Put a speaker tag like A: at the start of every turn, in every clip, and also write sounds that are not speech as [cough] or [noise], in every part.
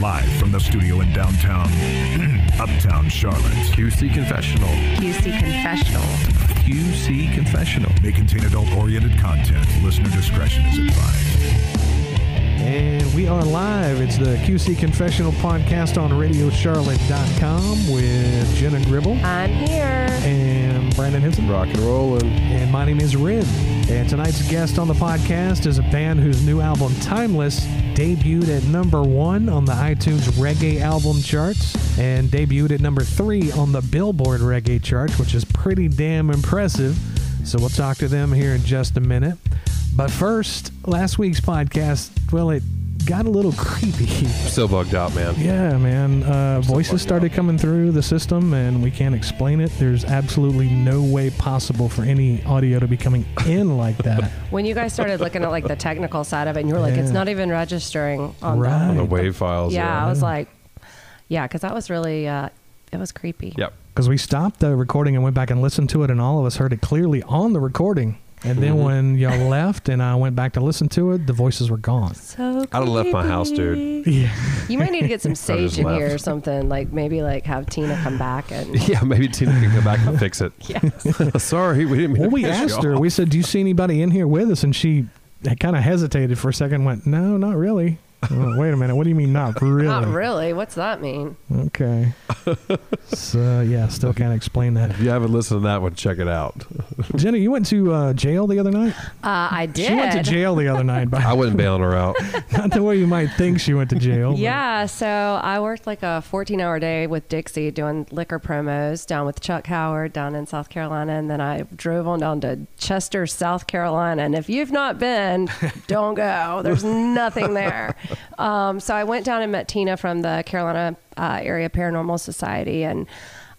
A: Live from the studio in downtown, [clears throat] uptown Charlotte.
B: QC Confessional.
C: QC Confessional.
B: QC Confessional.
A: May contain adult oriented content. Listener discretion is advised.
D: And we are live. It's the QC Confessional Podcast on RadioCharlotte.com with Jenna Gribble
C: I'm here.
D: and Brandon Henson.
B: Rock and rolling.
D: And my name is Rib. And tonight's guest on the podcast is a band whose new album, Timeless, debuted at number one on the iTunes Reggae Album Charts and debuted at number three on the Billboard Reggae Chart, which is pretty damn impressive. So we'll talk to them here in just a minute. But first, last week's podcast, well, it got a little [laughs] creepy.
B: Still bugged out, man.
D: Yeah, man. Uh,
B: fucking
D: voices started coming through the system, and we can't explain it. There's absolutely no way possible for any audio to be coming in like that.
C: When you guys started looking at like the technical side of it, and you were like, it's
D: Yeah.
C: not even registering on
D: Right.
C: [laughs]
B: On the wave files.
C: the. Yeah, I was like, yeah, because that was really, uh, it was creepy.
B: Yep.
D: Because we stopped the recording and went back and listened to it, and all of us heard it clearly on the recording. And then when y'all left and I went back to listen to it, the voices were gone.
C: So
B: I'd have left my house,
C: [laughs]
B: dude.
C: creepy. You might need to get
B: [laughs]
C: some sage in
B: left.
C: here or something. Like maybe like have Tina come back
B: [laughs]
C: and
B: Yeah, maybe Tina can go back and fix it. [laughs] Sorry, we didn't mean
D: Well,
B: to [laughs]
D: we
B: piss you
D: asked her,
B: off.
D: we said, Do you see anybody in here with us? And she kind of hesitated for a second and went, No, not really. I went, Wait a minute. What do you mean, not
C: [laughs]
D: really?
C: not really. What's that mean?
D: Okay. so, yeah, still can't explain that.
B: If you haven't listened to that one, check it out.
D: Jenny, you went to uh, jail the other night?
C: Uh, I did.
D: She went to jail the other
C: [laughs]
D: night,
B: I
D: but
B: wasn't bailing her out.
D: [laughs] not the way you might think she went to jail. but-
C: Yeah, so I worked like a 14 hour day with Dixie doing liquor promos down with Chuck Howard down in South Carolina. And then I drove on down to Chester, South Carolina. And if you've not been, don't go. There's nothing there. Um, so I went down and met Tina from the Carolina uh, Area Paranormal Society. And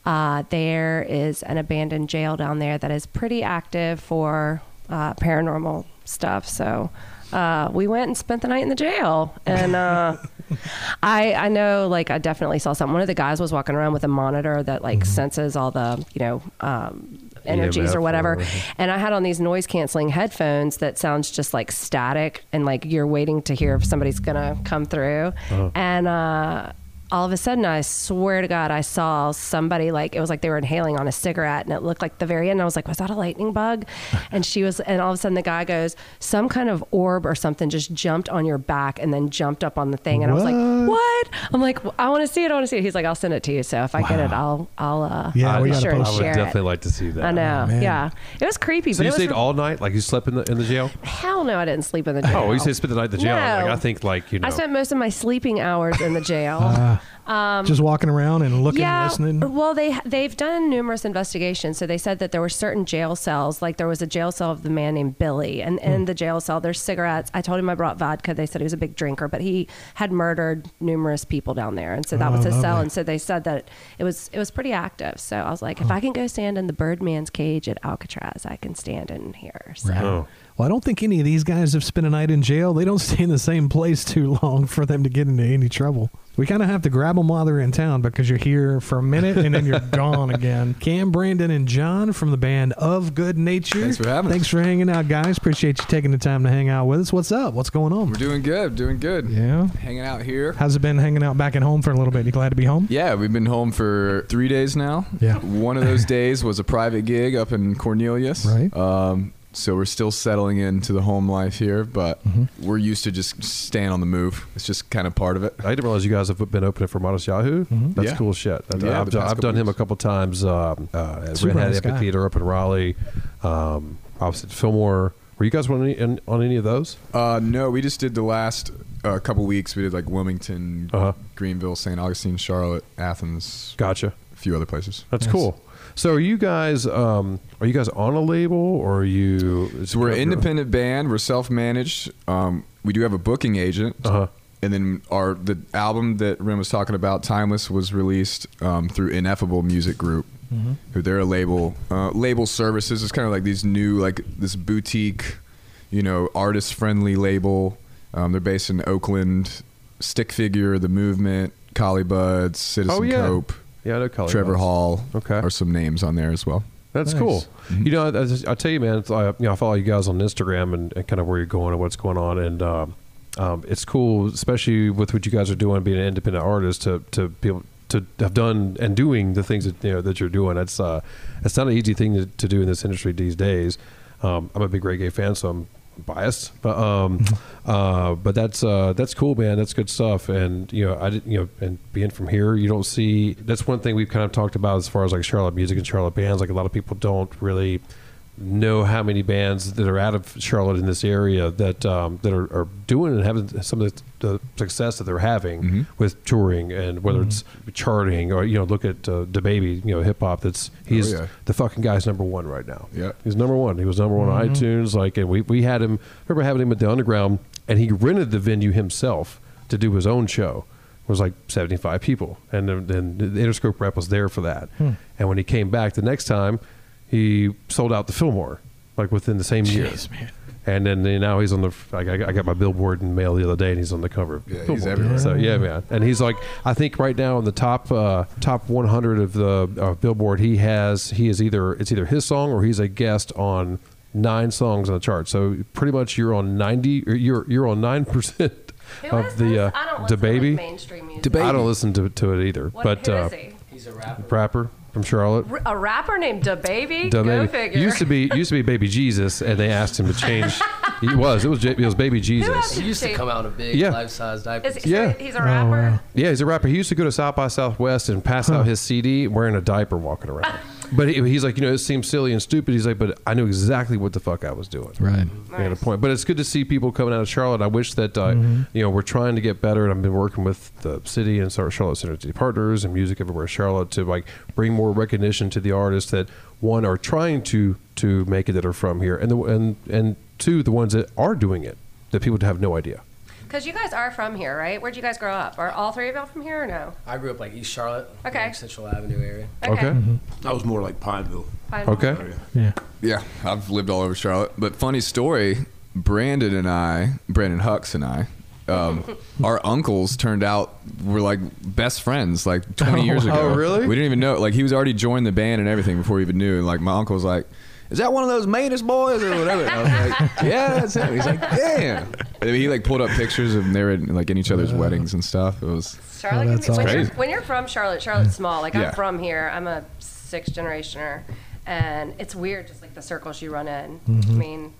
C: uh, there is an abandoned jail down there that is pretty active for uh, paranormal stuff. So uh, we went and spent the night in the jail. And uh, I, I know, like, I definitely saw something. One of the guys was walking around with a monitor that, like, senses all the, you know, um, energies
B: EMF
C: or
B: or
C: whatever.
B: whatever.
C: And I had on these noise canceling headphones that sounds just like static and like you're waiting to hear if somebody's going to come through.
D: Uh-huh.
C: And uh, all of a sudden, I swear to God, I saw somebody like it was like they were inhaling on a cigarette and it looked like the very end. I was like, was that a lightning
D: [laughs]
C: bug? And she was, and all of a sudden, the guy goes, some kind of orb or something just jumped on your back and then jumped up on the thing. And I was like,
D: What?
C: what? I'm like, I want to see it. I want to see it. He's like, I'll send it to you. So if I get it, I'll, I'll, uh,
D: Yeah,
C: I'll
D: we
C: be
D: gotta
C: sure
B: I
C: and
D: post
B: would
C: share
B: definitely
C: it.
B: like to see that.
C: I know.
D: Oh, man.
C: yeah. It was creepy,
B: So
C: but
B: you
C: it was
B: stayed all night? Like you slept in the in the jail?
C: hell no, I didn't sleep in the jail.
B: Oh, you said spent the night at the jail.
C: No.
B: Like I think like you know.
C: I spent most of my sleeping hours in the jail.
D: Ah, Just walking around and looking
C: um, yeah.
D: and listening.
C: Well, they they've done numerous investigations. So they said that there were certain jail cells, like there was a jail cell of the man named Billy, and
D: Hmm.
C: in the jail cell there's cigarettes. I told him I brought vodka. They said he was a big drinker, but he had murdered numerous people down there, and so that
D: Oh,
C: was his cell.
D: lovely.
C: And so they said that it was it was pretty active. So I was like, if I can go stand in the Birdman's cage at Alcatraz, I can stand in here. So.
B: Oh.
D: Well, I don't think any of these guys have spent a night in jail. They don't [laughs] stay in the same place too long for them to get into any trouble. We kind of have to grab them while they're in town because you're here for a minute and then you're gone again. Cam, Brandon, and John from the band Of Good Nature.
E: Thanks for having us.
D: Thanks for hanging out, guys. Appreciate you taking the time to hang out with us. What's up? What's going on?
E: We're doing good, doing good.
D: Yeah.
E: Hanging out here.
D: How's it been hanging out back at home for a little bit? You glad to be home?
E: Yeah, we've been home for three days now.
D: Yeah.
E: One of those days was a private gig up in Cornelius.
D: Right.
E: Um, so we're still settling into the home life here, but we're used to just staying on the move. It's just kind of part of it.
B: I didn't realize you guys have been opening for Modest Yahoo.
C: Mhm.
B: That's
E: Yeah.
B: cool shit. That-
E: Yeah,
B: I've,
E: the
B: done,
E: past
B: I've done
E: couple
B: him a
E: weeks.
B: couple times um, uh, at
D: Super
B: Redhead
D: nice
B: Epic
D: guy.
B: Theater up in Raleigh, um, opposite Fillmore. Were you guys on any, in, on any of those?
E: Uh, no, we just did the last uh, couple weeks. We did like Wilmington,
B: Uh-huh.
E: Greenville, St. Augustine, Charlotte, Athens,
B: Gotcha.
E: a few other places.
B: That's cool. So are you guys um, are you guys on a label or are you? is it
E: So we're
B: kind of
E: an
B: your-
E: independent band. We're self-managed. Um, we do have a booking agent,
B: Uh-huh.
E: and then our the album that Ren was talking about, Timeless, was released um, through Ineffable Music Group,
B: Mm-hmm.
E: who they're a label. Uh, label services is kind of like these new like this boutique, you know, artist-friendly label. Um, they're based in Oakland. Stick Figure, The Movement, Collie Buds, Citizen
B: Oh yeah.
E: Cope,
B: Yeah, I know Color
E: Trevor
B: Buds.
E: Hall,
B: Okay.
E: are some names on there as well.
B: That's
D: Nice.
B: cool.
E: Mm-hmm.
B: You know, I, I tell you, man, it's, I, you know, I follow you guys on Instagram and, and kind of where you're going and what's going on. And um, um, it's cool, especially with what you guys are doing, being an independent artist, to to be able to have done and doing the things that you know that you're doing. That's uh, it's not an easy thing to, to do in this industry these days. Um, I'm a big reggae fan, so I'm biased, but um, uh, but that's uh, that's cool, man. That's good stuff. And you know, I didn't, you know, and being from here, you don't see. That's one thing we've kind of talked about as far as like Charlotte music and Charlotte bands. Like a lot of people don't really know how many bands that are out of Charlotte in this area that um, that are, are doing and having some of the, the success that they're having with touring and whether it's charting or you know look at uh, the baby you know hip hop that's he's
E: yeah.
B: the fucking guy's number one right now
E: Yeah.
B: he's number one he was number one
F: Mm-hmm.
B: on iTunes like and we we had him remember having him at the underground and he rented the venue himself to do his own show it was like 75 people and then, then the Interscope rep was there for that
F: Hmm.
B: and when he came back the next time he sold out the Fillmore like within the same year.
F: Jeez, man.
B: And then you know, now he's on the. Like, I got- I got my billboard in the mail the other day, and he's on the cover. of
E: Yeah, he's
B: Billboard.
E: everywhere.
B: So yeah, man. And he's like, I think right now in the top uh, top 100 of the uh, Billboard, he has he is either it's either his song or he's a guest on nine songs on the chart. So pretty much you're on 90. Or you're you're on nine percent of the uh, the baby.
C: mainstream music.
B: I don't listen to, to it either.
C: What-
B: but
C: who
B: uh,
C: is he?
F: He's a rapper.
B: rapper from Charlotte.
C: R- a rapper named Da Baby.
B: Duh,
C: Go
B: baby.
C: figure.
B: Used to be used to be Baby Jesus, and they asked him to change. he was it was J- it was Baby
C: else?
B: Jesus.
F: He used to come out in big,
B: Yeah.
F: life-size diapers.
C: Is, so
B: Yeah. Oh,
C: he's a rapper.
B: Yeah, he's a rapper. He used to go to South by Southwest and pass out his CD wearing a diaper, walking
C: [laughs]
B: around. But he, he's like, you know, it seems silly and stupid. He's like, but I knew exactly what the fuck I was doing.
F: Right.
B: He had a point. But it's good to see people coming out of Charlotte. I wish that uh,
E: Mm-hmm.
B: you know we're trying to get better, and I've been working with the city and sort of Charlotte City Partners and Music Everywhere Charlotte to like bring more recognition to the artists that one are trying to to make it that are from here, and the and and two the ones that are doing it that people have no idea.
C: Because you guys are from here, right? Where'd you guys grow up? Are all three of y'all from here or no?
F: I grew up like East Charlotte,
C: Okay.
F: like, Central Avenue area.
B: Okay. Mm-hmm.
E: Mm-hmm.
G: That was more like Pineville.
C: Fine.
B: Okay.
D: Yeah.
E: Yeah, I've lived all over Charlotte. But funny story, Brandon and I, Brandon Hucks and I,
B: [laughs]
E: um, our uncles turned out were like best friends like 20 years ago.
B: Oh, really?
E: We didn't even know. Like he was already joined the band and everything before we even knew. And like my uncle was like, "Is that one of those Manus boys or whatever?" And I was
B: [laughs]
E: like, "Yeah, that's him." He's like, "Damn." And he like pulled up pictures of them. They were like in each other's weddings and stuff. It was
C: Charlotte.
D: Oh,
C: can
D: that's
C: be, when,
E: awesome.
C: you're,
E: Crazy.
C: when you're from Charlotte,
B: Mm.
C: Charlotte's small. Like
E: Yeah.
C: I'm from here. I'm a sixth generationer, and it's weird, just like the circles you run in.
B: Mm-hmm.
C: I mean,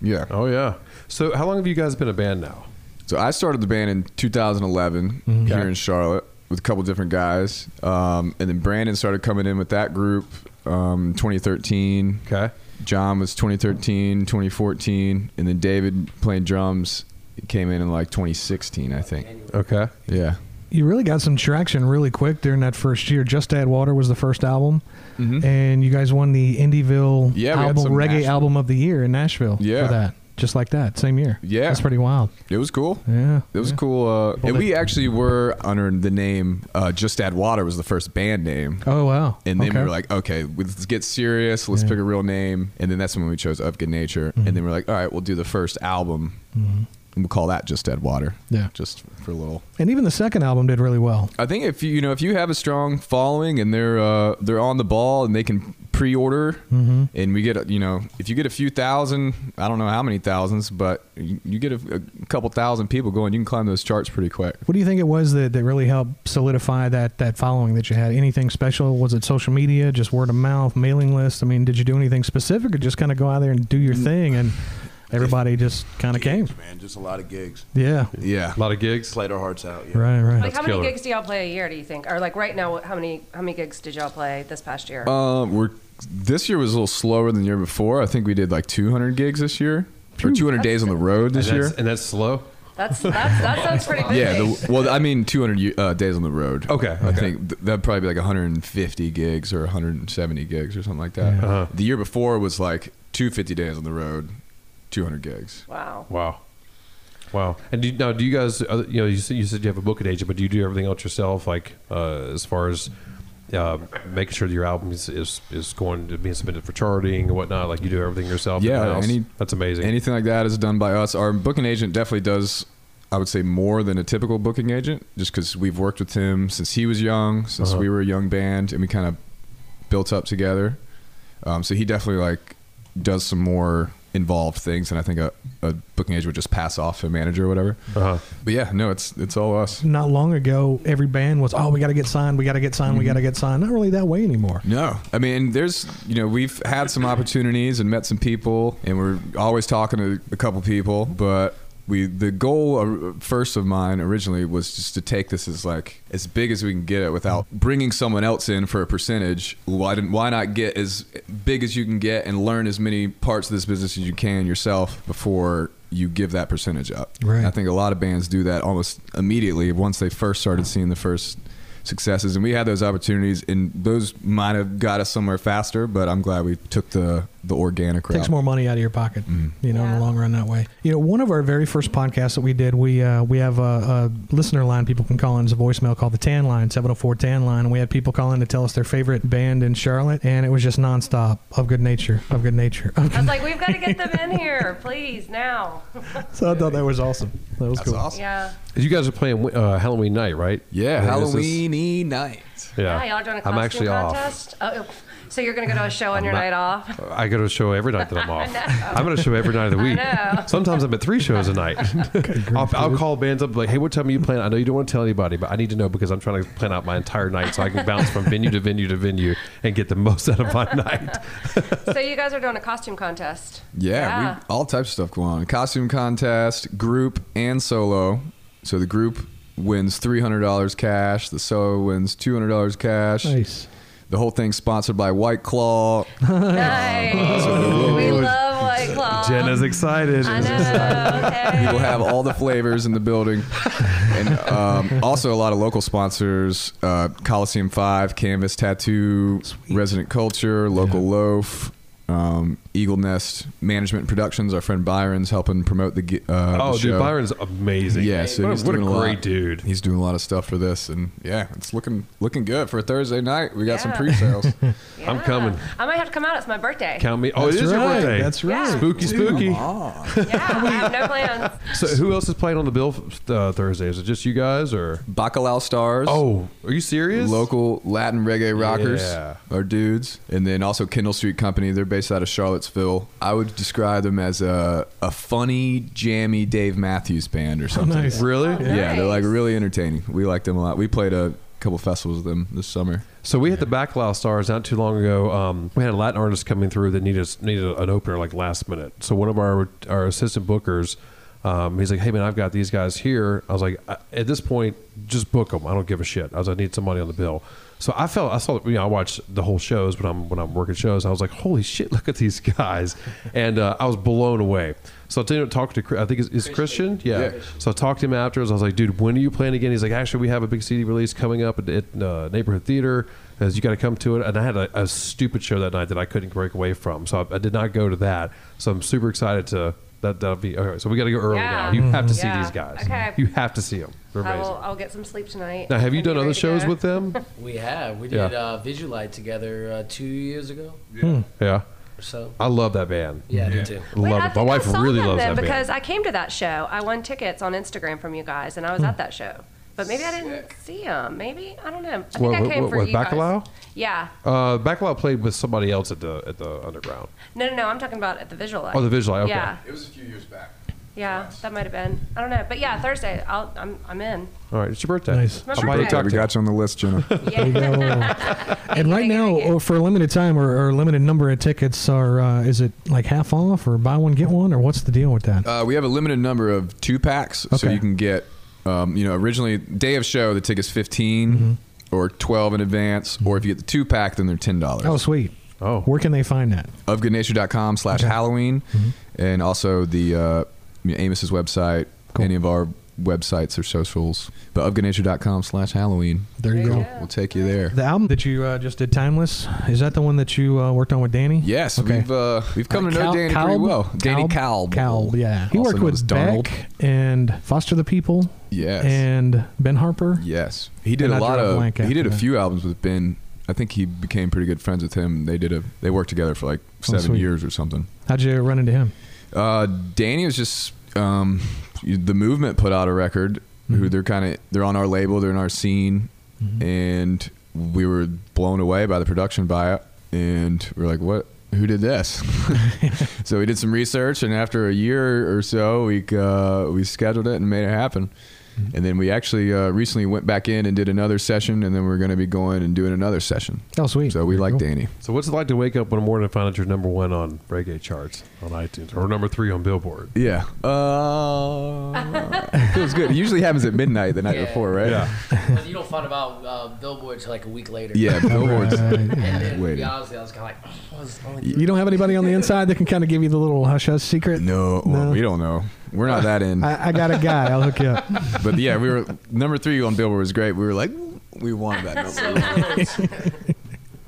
E: yeah.
B: Oh yeah. So how long have you guys been a band now?
E: So I started the band in 2011
D: Mm-hmm.
E: here in Charlotte with a couple different guys, um, and then Brandon started coming in with that group um, 2013.
B: Okay.
E: John was 2013, 2014, and then David playing drums came in in like 2016, I think.
B: Okay.
E: Yeah.
D: You really got some traction really quick during that first year. Just Add Water was the first album, and you guys won the Indieville
E: Mm-hmm. Yeah, we had
D: album
E: some
D: reggae
E: Nashville-
D: album of the year in Nashville.
E: Yeah.
D: for that just like that same year.
E: Yeah.
D: that's pretty wild.
E: It was cool.
D: Yeah,
E: It was
D: yeah.
E: cool. Uh, and we actually were under the name uh, Just Add Water was the first band name.
D: Oh wow!
E: And then
D: Okay.
E: we were like, okay, let's get serious. Let's
D: Yeah. Mm-hmm.
E: pick a real name. And then that's when we chose Of Good Nature. And then we're like, all right, we'll do the first album. And we'll call that Just Dead Water.
D: Yeah.
E: Just for a little.
D: and even the second album did really well.
E: I think if you, you know, if you have a strong following and they're, uh, they're on the ball and they can pre order
D: Mm-hmm.
E: and we get, you know, if you get a few thousand, I don't know how many thousands, but you, you get a, a couple thousand people going, you can climb those charts pretty quick.
D: What do you think it was that, that really helped solidify that that following that you had? Anything special? Was it social media, just word of mouth, mailing list? I mean, did you do anything specific, or just kind of go out there and do your
E: Mm.
D: thing, and everybody just kind of came?
G: Gigs, man. Just a lot of gigs.
D: Yeah,
E: Yeah.
B: A lot of gigs.
G: Played our hearts out. Yeah.
D: right, right.
C: like how many
B: killer.
C: gigs do y'all play a year? Do you think, or like right now, how many how many gigs did y'all play this past year?
E: Uh, we're this year was a little slower than the year before. I think we did like 200 gigs this year or 200 days on the road this
B: and
E: year.
B: that's, and that's slow.
C: that's that's that
B: [laughs]
C: sounds pretty busy.
E: Yeah, the, well, I mean 200 ye- uh, days on the road.
B: Okay,
E: I
B: okay.
E: think th- that'd probably be like 150 gigs or 170 gigs or something like that.
D: Yeah.
B: Uh-huh.
E: The year before was like 250 days on the road, 200 gigs.
C: Wow.
B: Wow. Wow. And do, you- now, do you guys, uh, you know, you said, you said you have a booking agent, but do you do everything else yourself? Like, uh, as far as uh, making sure that your album is, is, is going to be submitted for charting and whatnot? Like, you do everything yourself?
E: Yeah,
B: in-house?
E: any-
B: That's amazing.
E: Anything like that is done by us. Our booking agent definitely does, I would say, more than a typical booking agent, just because we've worked with him since he was young, since
B: Uh-huh.
E: we were a young band, and we kind of built up together. Um, so he definitely like does some more involved things, and I think a, a booking agent would just pass off a manager or whatever.
B: Uh-huh.
E: But yeah, no, it's it's all us.
D: Not long ago, every band was, oh, we got to get signed, we got to get signed,
B: Mm-hmm.
D: we got to get signed. Not really that way anymore.
E: No, I mean, there's you know we've had some opportunities and met some people, and we're always talking to a couple people. But we the goal uh, first of mine originally was just to take this as like as big as we can get it without bringing someone else in for a percentage. Why didn't why not get as big as you can get and learn as many parts of this business as you can yourself before you give that percentage up.
D: Right.
E: I think a lot of bands do that almost immediately once they first started seeing the first successes and we had those opportunities and those might have got us somewhere faster but i'm glad we took the the organic route
D: Takes more money out of your pocket,
B: Mm-hmm.
D: you know, in the
C: Yeah.
D: long run that way. You know, one of our very first podcasts that we did, we uh, we have a, a listener line people can call in as a voicemail called the Tan Line, 704 Tan Line. We had people call in to tell us their favorite band in Charlotte, and it was just nonstop of good nature, of good nature. [laughs] Of
C: I
D: good
C: was like, we've got to get them in here, please, now.
D: so I thought that was awesome. That was
E: that's
D: cool.
E: awesome
C: Yeah.
B: You guys are playing uh, Halloween night, right?
E: yeah
B: I mean, is this-
E: halloweeny night
B: yeah.
C: Hi, y'all doing a costume
B: I'm actually
C: contest? Oh, so you're going to go to a show on your
B: not- Uh,
C: night
B: [laughs]
C: off?
B: off. I go to a show every night that
C: [laughs]
B: I'm off. I'm at a show every night of the week.
C: know.
B: Sometimes I'm at three shows a
D: [laughs]
B: night. I'll, I'll call bands up like, "Hey, what time are you playing?" I know you don't want to tell anybody, but I need to know because I'm trying to plan out my entire night so I can bounce from venue to venue to venue and get the most out of
C: [laughs]
B: my night.
C: so you guys are doing a costume contest.
E: yeah,
C: Yeah.
E: We, all types of stuff going on costume contest group and solo so the group wins $300 cash the solo wins $200 cash
D: Nice.
E: the whole thing's sponsored by white claw
C: Nice. we love White Claw.
B: Jenna's excited.
C: I know. Okay.
E: We will have all the flavors in the building, and um, also a lot of local sponsors: uh, Coliseum Five, Canvas Tattoo, Resident Culture, Local Loaf, um, Eagle Nest Management and Productions. Our friend Byron's helping promote the. gi- Uh,
B: Oh,
E: the
B: dude,
E: show.
B: Byron's amazing.
E: Yeah, so
B: what,
E: he's
B: a- what a
E: doing a lot.
B: great dude.
E: He's doing a lot of stuff for this, and yeah, it's looking looking good for a Thursday night. We got some
C: Yeah.
B: [laughs]
E: pre-sales.
B: I'm coming.
C: I might have to come out. It's my birthday.
B: Count me. Oh, it is your
D: right.
B: birthday.
D: That's right.
C: Yeah.
B: Spooky, spooky.
C: Yeah, I have no
B: [laughs]
C: plans.
B: So, who else is playing on the bill uh, Thursday? Is it just you guys or?
E: Bacalao Stars.
B: Oh, are you serious?
E: local Latin reggae rockers
B: Yeah.
E: are dudes, and then also Kendall Street Company. They're based out of Charlottesville. I would describe them as a a funny, jammy Dave Matthews band
D: [laughs]
E: or something.
D: Nice.
B: Really?
E: Yeah, they're like
C: Nice.
E: really entertaining. We like them a lot. We played a couple festivals with them this summer.
B: So we hit the Backlot Stars not too long ago. Um, we had a Latin artist coming through that needed needed an opener like last minute. So one of our our assistant bookers, um, he's like, "Hey man, I've got these guys here." I was like, "I- "At this point, just book them. I don't give a shit." I was, like, "I need some money on the bill." So I felt I saw you know I watched the whole shows when I'm when I'm working shows. I was like, "Holy shit, [laughs] look at these guys," and uh, I was blown away. So I didn't talk to Chris- I think it's, it's Christian. Yeah.
E: Yeah.
B: So I talked to him afterwards. I was like, "Dude, when are you playing again?" He's like, "Actually, we have a big CD release coming up at, at uh, Neighborhood Theater. As you got to come to it." And I had a, a stupid show that night that I couldn't break away from, so I, I did not go to that. So I'm super excited to that. That'll be all right. So we got to go early
C: Yeah.
B: now. You have to see
C: Yeah.
B: these guys.
C: Okay.
B: You have to see them. They're
C: I
B: amazing.
C: will, I'll get some sleep tonight.
B: Now, have you
C: and
B: done
C: get
B: other
C: ready to
B: shows
C: go.
B: with
C: [laughs]
B: them?
F: We have. We
B: Yeah.
F: did uh, Visualite together uh, two years ago
B: yeah.
F: or so.
B: I love that band.
F: Yeah, me too.
B: I
C: Wait,
B: love
C: I
B: it. My
C: think I
B: wife
C: saw
B: really
C: them
B: loves
C: then
B: that
C: because
B: band.
C: I came to that show. I won tickets on Instagram from you guys, and I was at that show. But maybe I didn't see them. Maybe I don't know. I think
B: What-
C: I
B: what-
C: came
B: what-
C: for
B: what,
C: you guys.
B: Bacalao?
C: Yeah.
B: Uh, Backlot played with somebody else at the at the underground.
C: No, no, no. I'm talking about at the Visual Light.
B: Oh, the Visual Eye, okay.
C: Yeah,
E: It was a few years back.
C: yeah. That might have been. I don't know. But yeah, Thursday. I'll, I'm, I'm in.
B: All right, it's your birthday.
D: Nice.
C: My
B: I'll buy you a
C: birthday.
E: We
B: cocktail.
E: got you on the list, Jenna.
D: [laughs]
C: Yeah.
D: And right now, uh, for a limited time or, or a limited number of tickets, are uh, is it like half off or buy one get one or what's the deal with that?
E: Uh, we have a limited number of two packs, so
D: Okay.
E: you can get. Um, you know, originally day of show the ticket's 15
D: Mm-hmm.
E: or twelve in advance, or if you get the two pack, then they're ten dollars.
D: oh, sweet.
B: Oh.
D: where can they find that?
E: ofgoodnature.com slash Halloween
D: Mm-hmm.
E: and also the uh, you know, Amos's website, any of our websites or socials. But ofgoodnature.com slash Halloween.
D: There you go.
E: We'll take you there.
D: The album that you uh, just did, Timeless, is that the one that you uh, worked on with Danny?
E: Yes,
D: Okay.
E: we've uh, we've come to know
D: Cal-
E: Danny
D: Calb?
E: pretty well. Danny
D: Calb.
E: Calb.
D: Calb, yeah. He
E: Also
D: worked
E: known as
D: with
E: Donald.
D: Beck and Foster the People
E: Yes.
D: and Ben Harper.
E: yes. He did
D: And I
E: a lot
D: drew a
E: of
D: blank
E: he
D: after
E: did a
D: that.
E: few albums with Ben. I think he became pretty good friends with him. They did a they worked together for like
D: Oh,
E: seven
D: sweet.
E: years or something.
D: How'd you run into him?
E: Uh, Danny was just um, the movement put out a record.
D: Mm-hmm.
E: Who they're kind of they're on our label, they're in our scene, and we were blown away by the production by it. And we are like, what? who
D: [laughs]
E: did this? so we did some research, and after a year or so, we uh, we scheduled it and made it happen.
D: Mm-hmm.
E: And then we actually uh, recently went back in and did another session, and then we're going to be going and doing another session.
D: Oh, sweet.
E: So we
D: Very
E: like
D: cool.
E: Danny.
B: So what's it like to wake up one morning and find out you're number one on reggae charts on iTunes or number three on Billboard?
E: Yeah. Uh, [laughs] it feels good. It usually happens at midnight the night
F: Yeah.
E: before, right?
B: Yeah.
F: But you don't find about uh, Billboard till like a week later.
E: Yeah, billboards.
F: And then, to be
E: Waiting.
F: honest, I was kind of like, oh, I was only
D: You don't have anybody on the inside that can kind of give you the little hush hush secret?
E: No, well,
D: No.
E: we don't know. We're not that in.
D: I, I got a guy. I'll hook you
E: [laughs]
D: up.
E: But yeah, we were number three on Billboard was great. We were like, we wanted that number.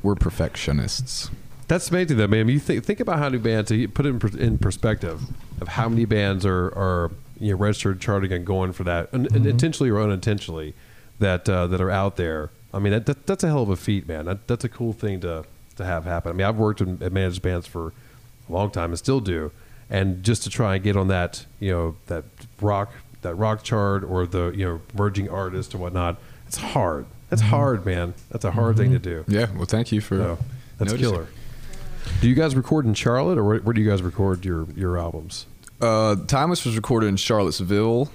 E: we're perfectionists.
B: That's amazing, though, man. You think think about how many bands you put it in, per- in perspective of how many bands are are you know, registered, charting, and going for that, and, and intentionally or unintentionally, that uh, that are out there. I mean, that, that that's a hell of a feat, man. That, that's a cool thing to to have happen. I mean, I've worked in, at managed bands for a long time and still do, and just to try and get on that you know that rock that rock chart or the you know merging artist and whatnot, it's hard. That's hard, man. That's a hard thing to do.
E: Yeah. Well, thank you for.
B: No, that's
E: noticing.
B: killer. Do you guys record in Charlotte, or where, where do you guys record your your albums?
E: Uh, Timeless was recorded in Charlottesville,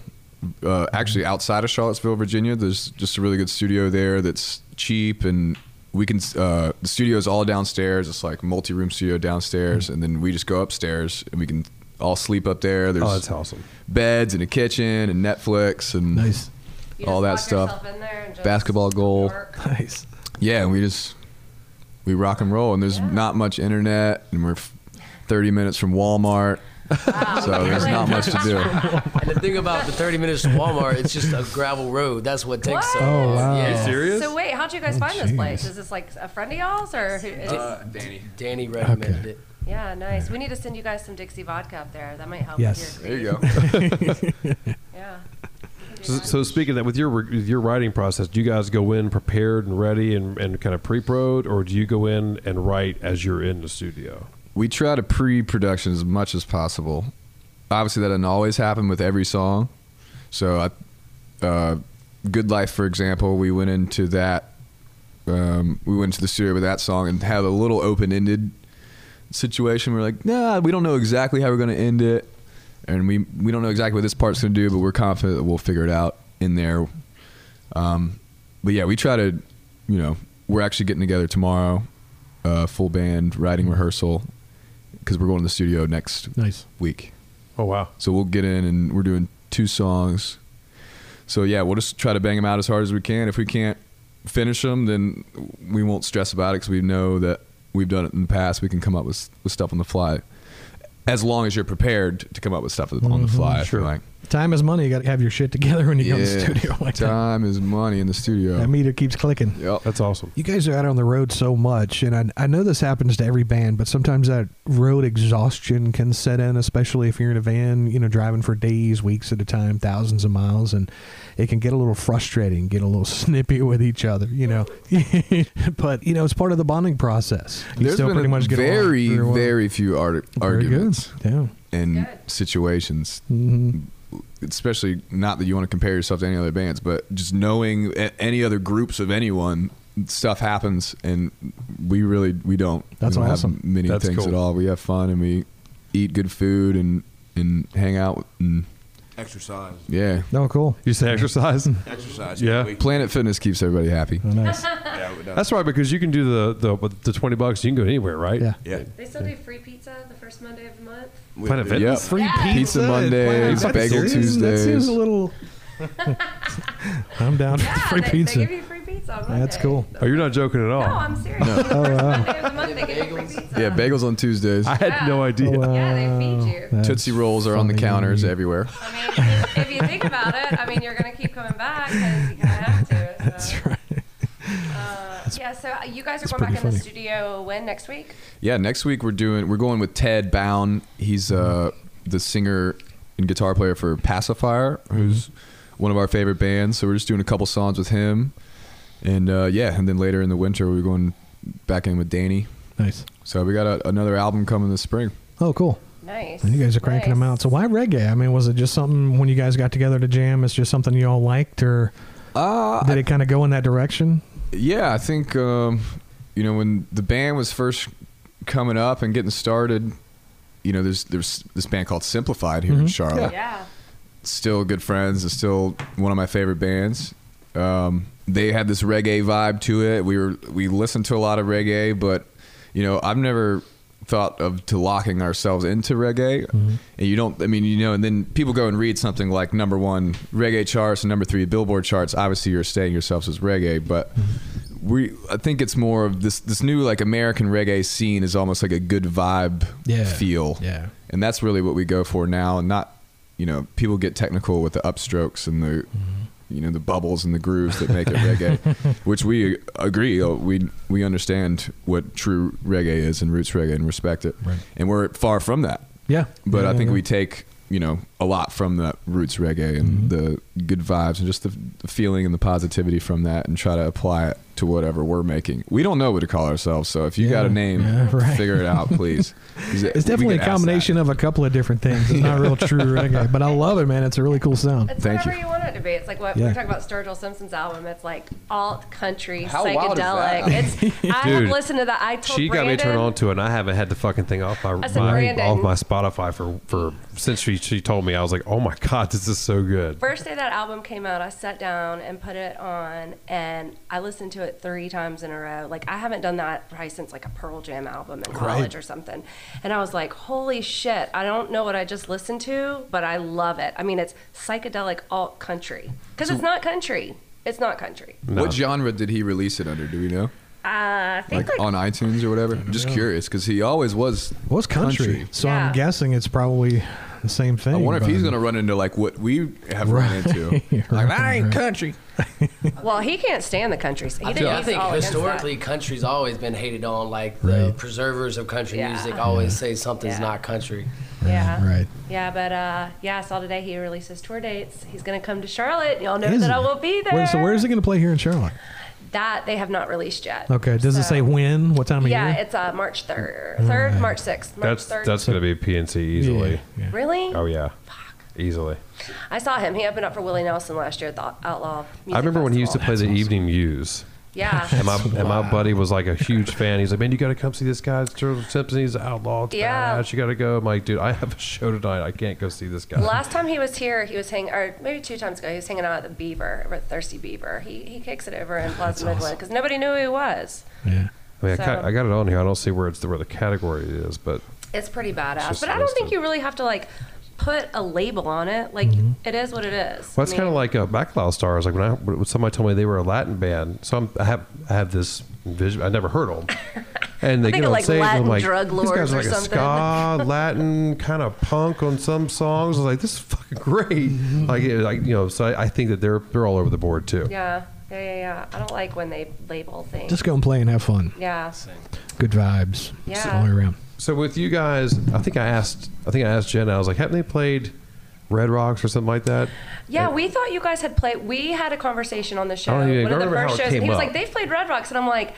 E: uh, actually outside of Charlottesville, Virginia. There's just a really good studio there that's cheap and we can. Uh, the studio's all downstairs. It's like multi-room studio downstairs, and then we just go upstairs and we can all sleep up there. There's
B: Oh, that's awesome.
E: beds and a kitchen and Netflix and
D: Nice.
C: You
E: all that
C: just lock
E: stuff.
C: yourself in there and just
E: Basketball goal.
C: work.
D: Nice.
E: Yeah, and we just we rock and roll, and there's not much internet, and we're f- 30 minutes from Walmart, [laughs]
C: Oh,
E: so there's not much to do.
F: [laughs] And the thing about the 30 minutes to Walmart, it's just a gravel road. That's what takes
C: [laughs]
F: so
C: What?
F: long.
D: Oh, wow.
F: Yeah.
B: serious?
C: So wait, how'd you
B: Oh,
C: guys find this
D: jeez.
C: place? Is this like a friend of y'all's or? Who, is
F: Uh,
E: Danny,
F: Danny recommended
D: Okay.
F: it.
C: yeah, nice. We need to send you guys some Dixie vodka up there. That might help.
D: Yes.
C: With
E: there
C: your
E: you go.
C: go. Yeah. We can do
B: So,
C: that.
B: so speaking of that, with your with your writing process, do you guys go in prepared and ready and, and kind of pre-prod, or do you go in and write as you're in the studio?
E: We try to pre-production as much as possible. Obviously, that doesn't always happen with every song. So, I, uh, "Good Life," for example, we went into that. Um, we went to the studio with that song and had a little open-ended situation. We're like, "Nah, we don't know exactly how we're going to end it, and we we don't know exactly what this part's going to do, but we're confident that we'll figure it out in there." Um, but yeah, we try to, you know, we're actually getting together tomorrow, uh, full band writing rehearsal, because we're going to the studio next
D: Nice.
E: week.
B: Oh wow,
E: So we'll get in and we're doing two songs. So yeah, we'll just try to bang them out as hard as we can. If we can't finish them, then we won't stress about it because we know that we've done it in the past. We can come up with, with stuff on the fly, as long as you're prepared to come up with stuff on the fly. I feel
B: Sure.
E: Like,
D: Time is money. You got to have your shit together when Mm-hmm. you go to the
E: Yeah,
D: studio like that.
E: time is money in the studio.
D: That meter keeps clicking.
E: Yep.
B: that's awesome.
D: You guys are out on the road so much, and I, I know this happens to every band, but sometimes that road exhaustion can set in, especially if you're in a van, you know, driving for days, weeks at a time, thousands of miles, and it can get a little frustrating, get a little [laughs] snippy with each other, you know. [laughs] but you know, it's part of the bonding process. You
E: There's
D: still
E: been
D: pretty
E: a
D: much get along
E: very,
D: pretty well.
E: very few ar-
D: Very good.
E: arguments
D: Yeah.
E: and
C: Good.
E: situations.
D: hmm
E: especially not that you want to compare yourself to any other bands, but just knowing a- any other groups of anyone, stuff happens, and we really we don't.
D: That's
E: we don't
D: awesome.
E: Have many
B: That's
E: things
B: cool.
E: at all. We have fun and we eat good food and and hang out and
G: Exercise.
E: yeah.
D: Oh, cool.
B: You say [laughs] exercise.
G: Exercise.
B: Yeah.
G: Wait,
E: Planet Fitness keeps everybody happy.
D: Oh,
E: [laughs]
D: nice.
G: yeah, we done.
B: That's right, because you can do the the with the twenty bucks. You can go anywhere, right?
D: Yeah.
G: yeah.
C: They still do free pizza the first Monday of the month.
G: We-
B: Planet
G: we-
B: Fitness?
E: Yep.
D: Free
E: pizza,
D: at
E: Mondays,
D: Planet
E: bagel
D: Fitness. That seems
E: Tuesdays.
C: [laughs]
D: a little. [laughs] I'm down for
C: Yeah,
D: free
C: they,
D: pizza.
C: they give you free pizza on Monday.
D: That's cool. Oh,
B: Oh, you're not joking at all.
C: No, I'm serious. The first Monday of the month, they give you free pizza.
E: Yeah, bagels on Tuesdays.
B: I had no idea.
D: Wow.
C: Yeah, they feed you.
D: That's
E: Tootsie rolls are on the
D: funny.
C: [laughs]
E: counters everywhere.
C: I mean, if, if you think about it, I mean, you're going to keep coming back because you kind of have to. So.
D: [laughs] That's right.
C: Uh, yeah, so uh, you guys are
D: that's
C: going back
D: pretty
C: in the
D: funny.
C: studio when next week?
E: Yeah, next week we're doing we're going with Ted Bound. He's uh the singer and guitar player for Pacifier, who's one of our favorite bands. So we're just doing a couple songs with him. And uh yeah, and then later in the winter we're going back in with Danny.
D: Nice.
E: So we got a, another album coming this spring.
D: Oh, cool.
C: Nice.
D: And you guys are cranking them
C: Nice.
D: out. So why reggae? I mean, was it just something when you guys got together to jam? It's just something you all liked, or
E: Uh
D: did it kind of go in that direction?
E: yeah, I think um you know when the band was first coming up and getting started, you know, there's there's this band called Simplified here in Charlotte.
C: Yeah.
E: still good friends and still one of my favorite bands. Um, they had this reggae vibe to it. We were we listened to a lot of reggae, but you know I've never thought of to locking ourselves into reggae.
D: Mm-hmm.
E: And you don't, I mean, you know, and then people go and read something like number one reggae charts and number three Billboard charts. Obviously, you're stating yourselves as reggae, but
D: Mm-hmm.
E: we I think it's more of this this new like American reggae scene is almost like a good vibe
D: Yeah.
E: feel
D: Yeah.
E: and that's really what we go for now and not you know people get technical with the upstrokes and the
D: Mm-hmm.
E: you know the bubbles and the grooves that
D: [laughs]
E: make it reggae which we agree uh, we we understand what true reggae is and roots reggae and respect it
D: Right.
E: and we're far from that
D: Yeah.
E: but
D: Yeah,
E: i
D: yeah,
E: think
D: yeah.
E: we take you know a lot from the roots reggae
D: Mm-hmm.
E: and the good vibes and just the, the feeling and the positivity from that and try to apply it to whatever we're making we don't know what to call ourselves so if you got a
D: Yeah. [laughs]
E: name
D: Yeah, right.
E: figure it
D: [laughs]
E: out please 'Cause we
D: It's definitely
E: get
D: a
E: asked that.
D: combination of a couple of different things. It's not real
E: [laughs]
D: true reggae, but I love it, man. It's a really cool sound.
C: It's
E: Thank
C: whatever
E: you.
C: you. want it to be. It's like what
D: Yeah.
C: we're talking about Sturgill Simpson's album. It's like alt country
E: How wild is
C: psychedelic.
E: that?
C: It's
D: [laughs]
C: I have
B: Dude,
C: listened to that. I told
B: She got me turned
C: Brandon-
B: on to it, and I haven't had the fucking thing off my,
C: I said,
B: my
C: Brandon.
B: off my Spotify for for since she she told me. I was like, oh my god, this is so good.
C: First day that album came out, I sat down and put it on, and I listened to it three times in a row. Like I haven't done that probably since like a Pearl Jam album in college or something. And I was like, "Holy shit! I don't know what I just listened to, but I love it. I mean, it's psychedelic alt country because it's not country. It's not country.
E: What genre did he release it under? Do we know?
C: Uh, I think
E: Like,
C: like,
E: on iTunes or whatever? I'm just curious because he always was.
D: Well, it's country, so I'm
C: Yeah.
D: guessing it's probably the same thing.
E: I wonder if
D: but-
E: he's going to run into like what we have run into.
B: [laughs]
E: Like, that ain't country.
C: well, he can't stand the country. so He
F: I
C: didn't.
F: think, I
C: he's
F: think
C: all against that.
F: historically, country's always been hated on. Like the
D: Right.
F: preservers of country
C: Yeah.
F: music always say something's
C: Yeah.
F: not country.
C: yeah,
D: Right.
C: Yeah, but uh, yeah, I saw today he released his tour dates. He's gonna come to Charlotte. Y'all know
D: Is
C: that
D: it?
C: I will be there.
D: Wait, so where is he going to play here in Charlotte?
C: That they have not released yet.
D: Okay. Does it
C: So-
D: say when? What time of
C: Yeah,
D: year?
C: it's uh, March third, third, March sixth, March
B: That's
C: third.
B: that's gonna be PNC easily.
D: Yeah, yeah.
C: really.
B: Oh yeah, easily.
C: I saw him. He opened up for Willie Nelson last year at the Outlaw. Music
B: I remember when he used to play
C: Festival.
B: the evening muse.
C: Yeah.
B: [laughs] And my, and my buddy was like a huge fan. He's like, man, you got to come see this guy. It's Turtle Simpson. He's an outlaw. It's
C: Yeah.
B: badass. You got to go. I'm like, dude, I have a show tonight. I can't go see this guy.
C: Last time he was here, he was hanging, or maybe two times ago, he was hanging out at the Beaver, over at Thirsty Beaver. He he kicks it over in Plaza Midland because nobody knew who he was.
D: Yeah.
B: I mean, I, ca-
C: So-
B: I got it on here. I don't see where it's the, where the category is, but
C: It's pretty badass,
B: just
C: but I don't think
B: listed.
C: you really have to like put a label on it. Like
D: Mm-hmm.
C: it is what it is.
B: well,
C: I
B: it's
C: mean,
B: kind of like uh, Backlot Stars. Like when, I, when somebody told me they were a Latin band, so I'm, I have I have this vision. I never heard them.
C: [laughs]
B: And they
C: I think
B: get
C: of,
B: on
C: like,
B: stage, and
C: Latin
B: I'm like,
C: drug
B: these guys
C: lords
B: are
C: or
B: like a
C: something. [laughs]
B: ska, Latin kind of punk on some songs. I was like, this is fucking great. Like, it- like you know, so I, I think that they're they're all over the board too.
C: Mm-hmm. yeah, yeah, yeah, yeah. I don't like when they label things.
D: Just go and play and have fun.
C: yeah.
D: Good vibes. It's the
C: Yeah.
D: all the way around.
B: So with you guys, I think I asked, I think I asked Jen. I was like, haven't they played Red Rocks or something like that?
C: Yeah,
B: And-
C: we thought you guys had played. We had a conversation on the show.
B: don't even-
C: one
B: Oh, I
C: of the
B: don't remember
C: first
B: how it
C: shows. And
B: came
C: he was
B: up.
C: like, they've played Red Rocks. And I'm like,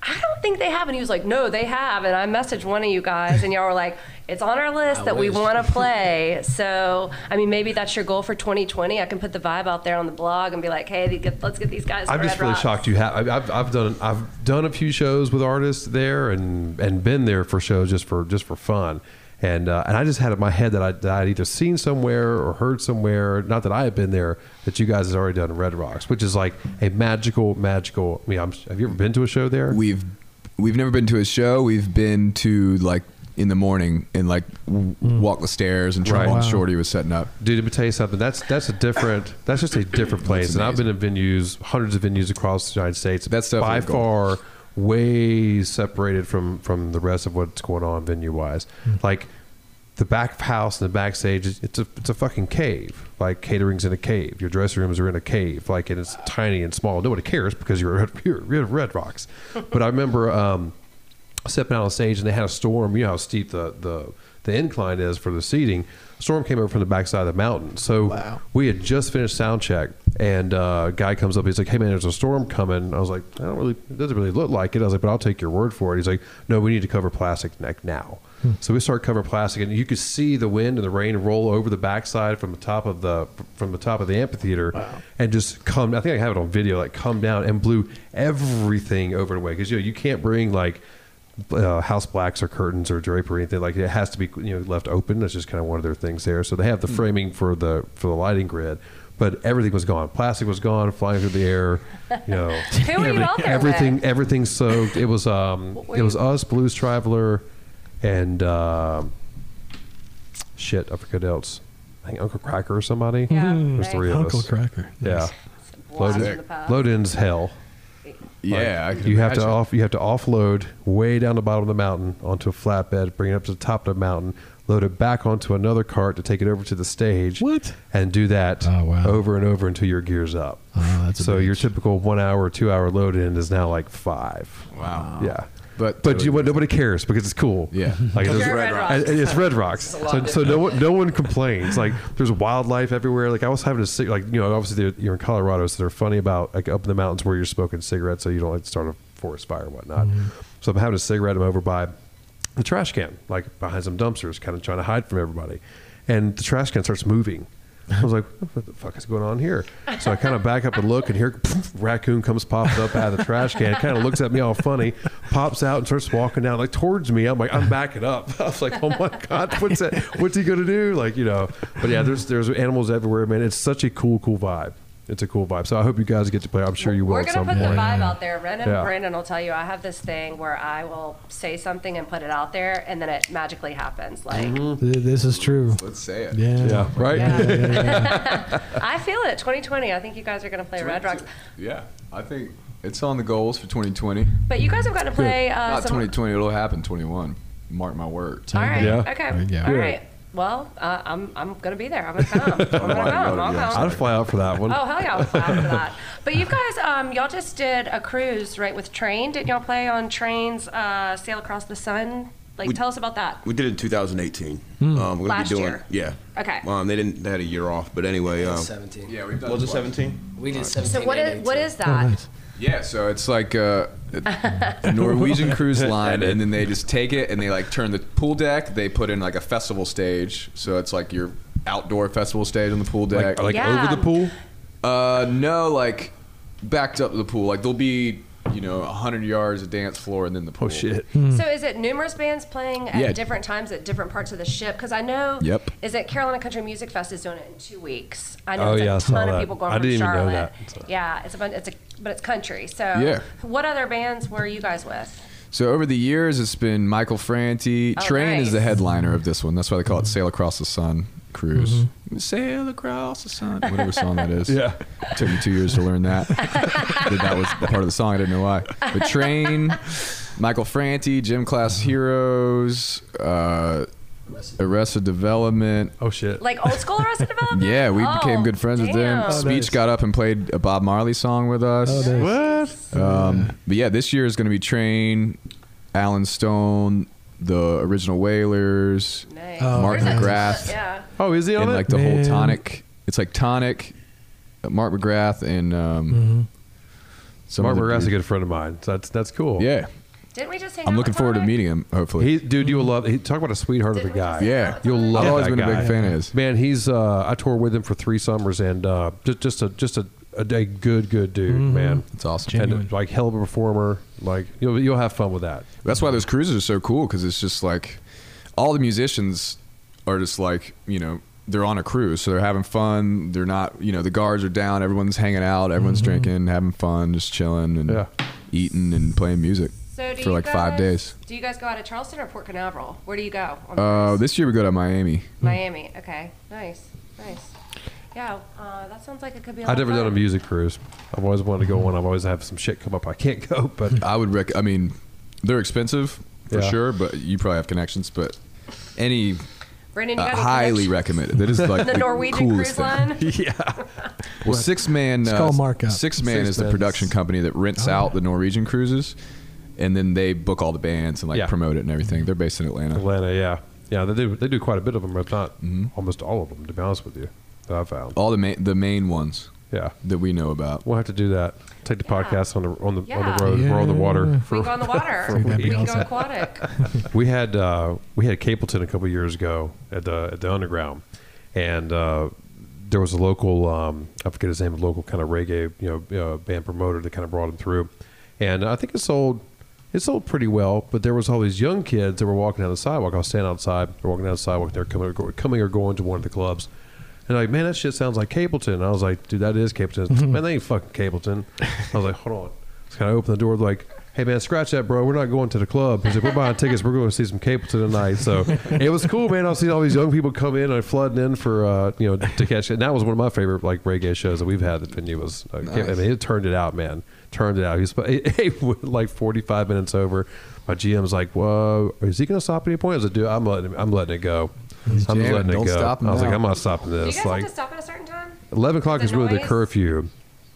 C: I don't think they have. And he was like, no, they have. And I messaged one of you guys, and y'all were like, it's on our list
F: I
C: that we
F: wish.
B: [laughs]
C: want to play. So, I mean, maybe that's your goal for 2020. I can put the vibe out there on the blog and be like, hey, they get- let's get these guys.
B: I'm
C: to
B: just
C: Red
B: really
C: Rocks.
B: shocked you have. I- I've, I've done I've done a few shows with artists there and and been there for shows just for just for fun, and uh, and I just had it in my head that, I, that I'd either seen somewhere or heard somewhere. Not that I had been there that you guys had already done Red Rocks, which is like a magical magical. I mean, I'm, have you ever been to a show there?
E: We've we've never been to a show. We've been to like in the morning and like w- walk the stairs and
B: Mm. Right.
E: Trombone
B: Wow.
E: Shorty was setting up.
B: Dude, let me tell you something. That's that's a different. That's just a different place. And I've been in venues, hundreds of venues across the United States.
E: That's
B: by
E: definitely a goal.
B: far way separated from from the rest of what's going on venue wise. Like the back house and the backstage, it's- it's a it's a fucking cave. Like catering's in a cave. Your dressing rooms are in a cave. Like and it's tiny and small. Nobody cares because you're at- [laughs] you're, you're at Red Rocks. But I remember. Um, stepping out on stage and they had a storm. You know how steep the the, the incline is for the seating. Storm came over from the backside of the mountain. So we had just finished sound check and uh, a guy comes up. He's like, "Hey man, there's a storm coming." I was like, "I don't really. It doesn't really look like it." I was like, "But I'll take your word for it." He's like, "No, we need to cover plastic neck now." So we start covering plastic, and you could see the wind and the rain roll over the backside from the top of the from the top of the amphitheater, and just come. I think I have it on video. Like come down and blew everything over and away because you know you can't bring like uh, house blacks or curtains or drapery or anything like it has to be you know left open. That's just kind of one of their things there. So they have
C: Hmm.
B: the framing for the for the lighting grid, but everything was gone. Plastic was gone, flying through the air. You know,
C: [laughs] Who were you out there
B: everything
C: with?
B: everything soaked. It was
C: [laughs]
B: um
C: What were
B: it was
C: you-
B: us, Blues Traveler, and um shit, I forget else. I think Uncle Cracker or somebody.
C: Yeah,
B: There's
C: right.
B: three of
H: Uncle
B: us.
H: Cracker.
B: Yeah.
C: Blast in
B: Loaded,
C: the past.
B: Loadin's hell.
E: Yeah, I
B: Like,
E: can
B: you have to
E: imagine.
B: off you have to offload way down the bottom of the mountain onto a flatbed, bring it up to the top of the mountain, load it back onto another cart to take it over to the stage.
H: What?
B: And do that
H: Oh, wow.
B: over and over until your gears up.
H: Oh, that's a
B: so
H: bitch.
B: your typical one hour, or two hour load in is now like five.
E: Wow.
B: Yeah.
E: But- uh,
B: but you, but nobody cares because it's cool.
E: Yeah.
B: Like it
G: Because
B: doesn't-
G: Red Rocks.
B: and- and it's Red Rocks.
F: It's a lot
B: so so no one no one complains. Like there's wildlife everywhere. Like I was having a cig- like you know obviously they're- you're in Colorado, so they're funny about like up in the mountains where you're smoking cigarettes, so you don't like start a forest fire and whatnot. So I'm having a cigarette. I'm over by the trash can, like behind some dumpsters, kind of trying to hide from everybody, and the trash can starts moving. I was like, "What the fuck is going on here?" So I kind of back up and look, and here, raccoon comes popping up out of the trash can, kind of looks at me all funny, pops out and starts walking down like towards me. I'm like, I'm backing up. [laughs] I was like, oh my god, what's that? What's he gonna do? Like, you know. But yeah, there's there's animals everywhere, man. It's such a cool, cool vibe. It's a cool vibe. So I hope you guys get to play. I'm sure you will
C: We're
B: at
C: gonna
B: some
C: put the
B: point.
C: vibe out there. Ren and
B: Yeah.
C: Brandon will tell you I have this thing where I will say something and put it out there, and then it magically happens. Like
H: Th- This is true.
E: Let's say it.
H: Yeah.
B: yeah, right.
C: I feel it. 2020. I think you guys are gonna play [laughs] Red Rocks,
E: Yeah, I think it's on the goals for 2020.
C: but you guys have got to play. Uh,
E: Not
C: some-
E: 2020. It'll happen 21. Mark my words.
C: All right.
B: Yeah.
C: Okay.
H: Yeah.
C: All
H: Yeah.
C: right. Well, uh, I'm I'm gonna be there. I'm gonna come. I'm gonna come.
E: wanna go,
C: I'll
E: to be honest.
C: come.
B: I'd fly out for that one.
C: Oh hell yeah, I would fly out for that. [laughs] But you guys, um, y'all just did a cruise right with train. Didn't y'all play on trains? Uh, sail across the sun. Like,
G: We-
C: tell us about that.
G: We did it in 2018.
D: Hmm.
G: Um, we're gonna
C: Last
G: be doing
C: year.
G: yeah.
C: Okay.
G: Um, they didn't. They had a year off, but anyway. Um,
F: Seventeen.
E: Yeah, we've done
I: Was it
E: twice.
I: 17?
F: We did
C: So
F: seventeen.
C: what
F: and
C: is what
F: 18.
C: is that?
H: Oh, nice.
E: Yeah, so it's like uh, a Norwegian
B: [laughs]
E: Cruise Line, and then they just take it and they like turn the pool deck. They put in like a festival stage, so it's like your outdoor festival stage on the pool deck.
B: Like, like
C: Yeah.
B: over the pool.
E: uh, no, like backed up to the pool. Like there'll be you know hundred yards of dance floor and then the pool.
B: Oh shit.
C: So is it numerous bands playing at
E: Hmm. Yeah.
C: different times at different parts of the ship? Because I know
E: Yep.
C: is it Carolina Country Music Fest is doing it in two weeks. I know
B: Oh,
C: it's
B: yeah, I
C: a
B: saw
C: ton of
B: that.
C: people going
B: I
C: from
B: didn't even know
C: Charlotte.
B: that. So-
C: Yeah, it's a bunch. It's a but it's country. So
E: Yeah.
C: what other bands were you guys with?
E: So over the years, it's been Michael Franti.
C: Oh,
E: Train
C: nice.
E: is the headliner of this one. That's why they call it "Sail Across the Sun" cruise. Sail across the sun, whatever song that
B: [laughs]
E: is.
B: Mm-hmm. [laughs] Yeah.
E: took me two years to
C: [laughs]
E: learn that. that that was part of the song. I didn't know why. But Train, Michael Franti, Gym Class Heroes, uh, Arrested Development.
B: Oh shit.
C: Like old school Arrested Development?
E: [laughs] Yeah, we
C: Oh,
E: became good friends with them.
B: Oh,
C: damn. Oh,
E: Speech
H: nice.
E: got up and played a Bob Marley song with us.
H: Oh, nice.
E: Um, but yeah, this year is going to be Train, Alan Stone, the original Whalers,
C: Nice.
H: Oh,
E: Mark
C: There's a-
E: McGrath,
C: Yeah.
B: Oh, is he on
E: and
B: it?
E: like the
H: Man.
E: whole Tonic. It's like Tonic, uh, Mark McGrath, and um, some
B: Mark
E: other
B: McGrath's a
E: dude.
B: good friend of mine. So that's that's
H: Mm-hmm.
B: cool.
E: Yeah,
C: Didn't we just hang out
E: I'm looking
C: with
E: forward to
C: Tonic?
E: meeting him. Hopefully,
B: He, dude, you'll love. He, talk about a sweetheart of
C: Didn't
B: a
C: we just
B: guy.
C: hang out
E: Yeah.
C: with
B: You'll
C: Tonic?
B: love
E: I've always
B: that
E: been a
B: guy.
E: big fan of his.
B: Man, he's uh, I toured with him for three summers and uh, just just a just a, a, a good good dude, man.
E: it's awesome.
B: And uh, like hell of a performer. Like you'll you'll have fun with that.
E: That's why those cruises are so cool because it's just like all the musicians are just like you know they're on a cruise, so they're having fun. They're not you know the guards are down. Everyone's hanging out. Everyone's drinking, having fun, just chilling and
B: Mm-hmm. Yeah.
E: eating and playing music
C: So do
E: for
C: you
E: like five
C: guys-
E: days.
C: Do you guys go out of Charleston or Port Canaveral? Where do you go? On the
E: Uh,
C: cruise?
E: this year we go to Miami.
B: Hmm.
C: Miami. Okay. Nice. Nice. Yeah. Uh, that sounds like it could be. A lot
B: I've never
C: of
B: done a
C: fun.
B: music cruise. I've always wanted to go on. I've always have some shit come up. I can't [laughs] go, but
E: I would rec. I mean, they're expensive for
B: Yeah.
E: sure, but you probably have connections. But any
C: Brandon, you
E: uh,
C: got any
E: highly
C: connections?
E: recommended. That is like
C: [laughs] The Norwegian
E: coolest
C: cruise
E: thing.
B: [laughs]
C: line.
E: Well, Six Man. uh,
H: It's called markup.
E: Six Man
B: Six
E: is the
B: Man. Oh.
E: production company that rents out the Norwegian cruises, and then they book all the bands and like
B: Yeah.
E: promote it and everything. They're based in Atlanta.
B: Atlanta, yeah, yeah, they do they do quite a bit of them, if not almost all of them. To be honest with you, that I found.
E: All the main the main ones
B: Yeah,
E: that we know about.
B: we'll have to do that. Take the
C: Yeah.
B: podcast on the on the on
C: Yeah.
B: the road. We're on the
H: Yeah.
B: water.
C: We can go on the water.
H: a week.
C: we can go
B: [laughs]
H: Awesome.
C: aquatic.
B: we had uh, we had Capleton a couple years ago at the at the underground, and uh, there was a local um, I forget his name, a local kind of reggae you know uh, band promoter that kind of brought him through, and I think it sold It sold pretty well, but there was all these young kids that were walking down the sidewalk. I was standing outside, they're walking down the sidewalk, they're coming or, go- coming or going to one of the clubs. And they're like, man, that shit sounds like Capleton. And I was like, dude, that is
E: [laughs]
B: Capleton. man, they ain't fucking Capleton. I was like, hold on. So I opened the door, like, hey, man, scratch that, bro. We're not going to the club. He's like, we're buying tickets. We're going to see some Capleton tonight. So it was cool, man. I was seeing all these young people come in and flooding in for, uh, you know, to catch it. And that was one of my favorite, like, reggae shows that we've had at venue. Was, uh, Cap- I mean, it turned it out, man turned it out. He was [laughs] it was like 45 minutes over. My GM's like, "Whoa, is he going to stop at any point?" I was like, "Dude, I'm letting I'm letting it go. I'm just
E: jamming.
B: letting it
E: Don't
B: go."
E: stop him
B: I was like,
E: now.
B: "I'm not stopping
C: Do you
B: this."
C: guys
B: like
C: have to stop at a certain time?
B: 11 o'clock
C: the
B: is really the
C: noise?
B: curfew.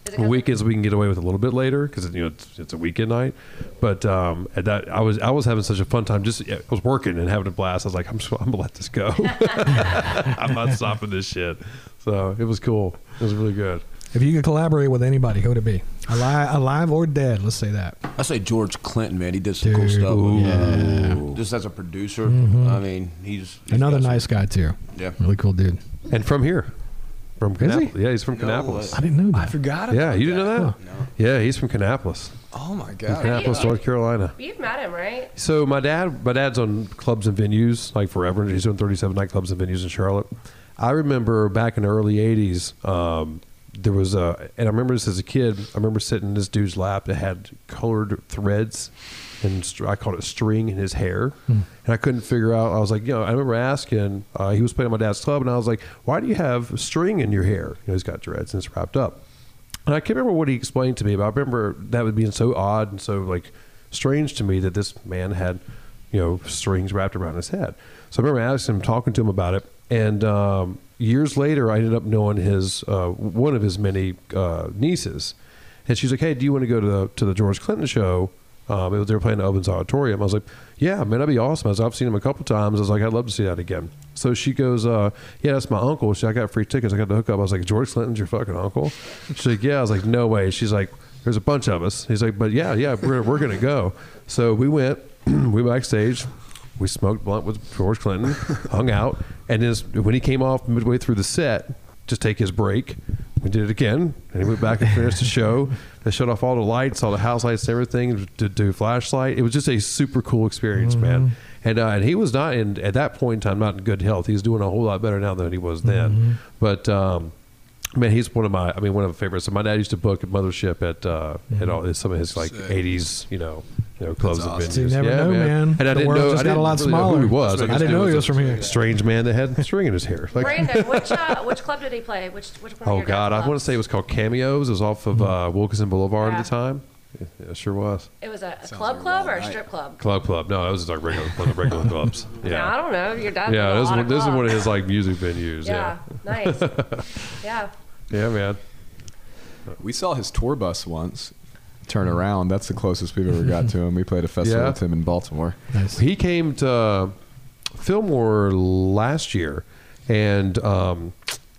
C: Is it 'cause-
B: Weekends we can get away with a little bit later because you know it's, it's a weekend night, but um, at that I was I was having such a fun time. Just I was working and having a blast. I was like, I'm just, I'm gonna let
C: [laughs]
B: this go. [laughs] I'm not stopping this shit. So it was cool. It was really good.
D: If you could collaborate with anybody, who would it be? Alive, alive or dead? Let's say that.
G: I say George Clinton, man. He did some cool
D: Dude.
G: stuff.
D: Ooh. Mm-hmm.
G: Just as a producer, I mean, he's, he's
D: Another
G: got some-
D: nice guy too.
G: Yeah.
D: really cool dude.
B: And from here, from
D: Is he?
B: Canapolis. Yeah, he's from
G: No
B: Canapolis.
D: I didn't know that.
E: I forgot. About
B: Yeah, you didn't know that?
D: Huh.
B: Yeah, he's from Canapolis,
E: Oh my god.
B: Canapolis, North Carolina.
C: You've met him, right?
B: So my dad, my dad's on clubs and venues like forever. He's doing 37 nightclubs and venues in Charlotte. I remember back in the early 80s, um, there was a, and I remember this as a kid. I remember sitting in this dude's lap that had colored threads, and str- I called it string in his hair, and I couldn't figure out. I was like, you know, I remember asking. Uh, he was playing at my dad's club, and I was like, why do you have string in your hair? You know, he's got dreads and it's wrapped up. And I can't remember what he explained to me, but I remember that was being so odd and so like strange to me that this man had, you know, strings wrapped around his head. So I remember asking him, talking to him about it, and um, years later, I ended up knowing his uh, one of his many uh, nieces, and she's like, "Hey, do you want to go to the to the George Clinton show?" Um, it was, they were playing the Ovens Auditorium. I was like, "Yeah, man, that'd be awesome." I was, I've seen him a couple times. I was like, "I'd love to see that again." So she goes, uh, "Yeah, that's my uncle." She, I got free tickets. I got the hookup. I was like, "George Clinton's your fucking uncle?" She's like, "Yeah." I was like, "No way." She's like, "There's a bunch of us." He's like, "But yeah, yeah, we're we're gonna go." So we went. [clears throat] we backstage. We smoked blunt with George Clinton, hung out, and then when he came off midway through the set, just take his break. We did it again, and he went back and finished the show. They shut off all the lights, all the house lights, and everything to do flashlight. It was just a super cool experience, man. And uh, and he was not in at that point in time not in good health. He's doing a whole lot better now than he was then. But um, man, he's one of my I mean one of my favorites. So my dad used to book at Mothership at uh, at all at some of his like
E: Sick.
B: '80s you know you know clubs
E: awesome.
B: and venues.
D: So you never
B: yeah,
D: know, man.
B: And I
D: the
B: didn't
D: world
B: know
D: just
B: I
D: got
B: didn't
D: a lot
B: really know
D: smaller.
B: who he was.
D: I didn't know he was from here.
B: Strange man that had string in his hair. Like, [laughs]
C: Brandon, which uh, which club did he play? Which which one? of
B: Oh
C: your
B: God,
C: dad's
B: I want to say it was called Cameos. It was off of uh,
D: Hmm.
B: Wilkinson Boulevard
C: Yeah.
B: at the time. Yeah, it sure was.
C: clubs? It was a, a
E: Sounds
C: club
E: like a
C: club or a
E: wild
C: strip club?
B: Club Club. No, it was just like regular one of
C: [laughs]
B: the regular clubs.
C: No, I
B: Yeah.
C: don't know. Your dad.
B: Yeah,
C: did a
B: this is
C: lot
B: one,
C: of
B: this is one of
C: clubs.
B: his like music venues.
C: Yeah,
B: Yeah.
C: nice.
B: [laughs]
C: yeah.
B: Yeah, man.
E: We saw his tour bus once. Turn around. That's the closest we've
B: [laughs]
E: ever got to him. We played a festival
B: Yeah.
E: with him
B: [laughs]
E: in Baltimore.
D: Nice.
B: He came to Fillmore last year, and um,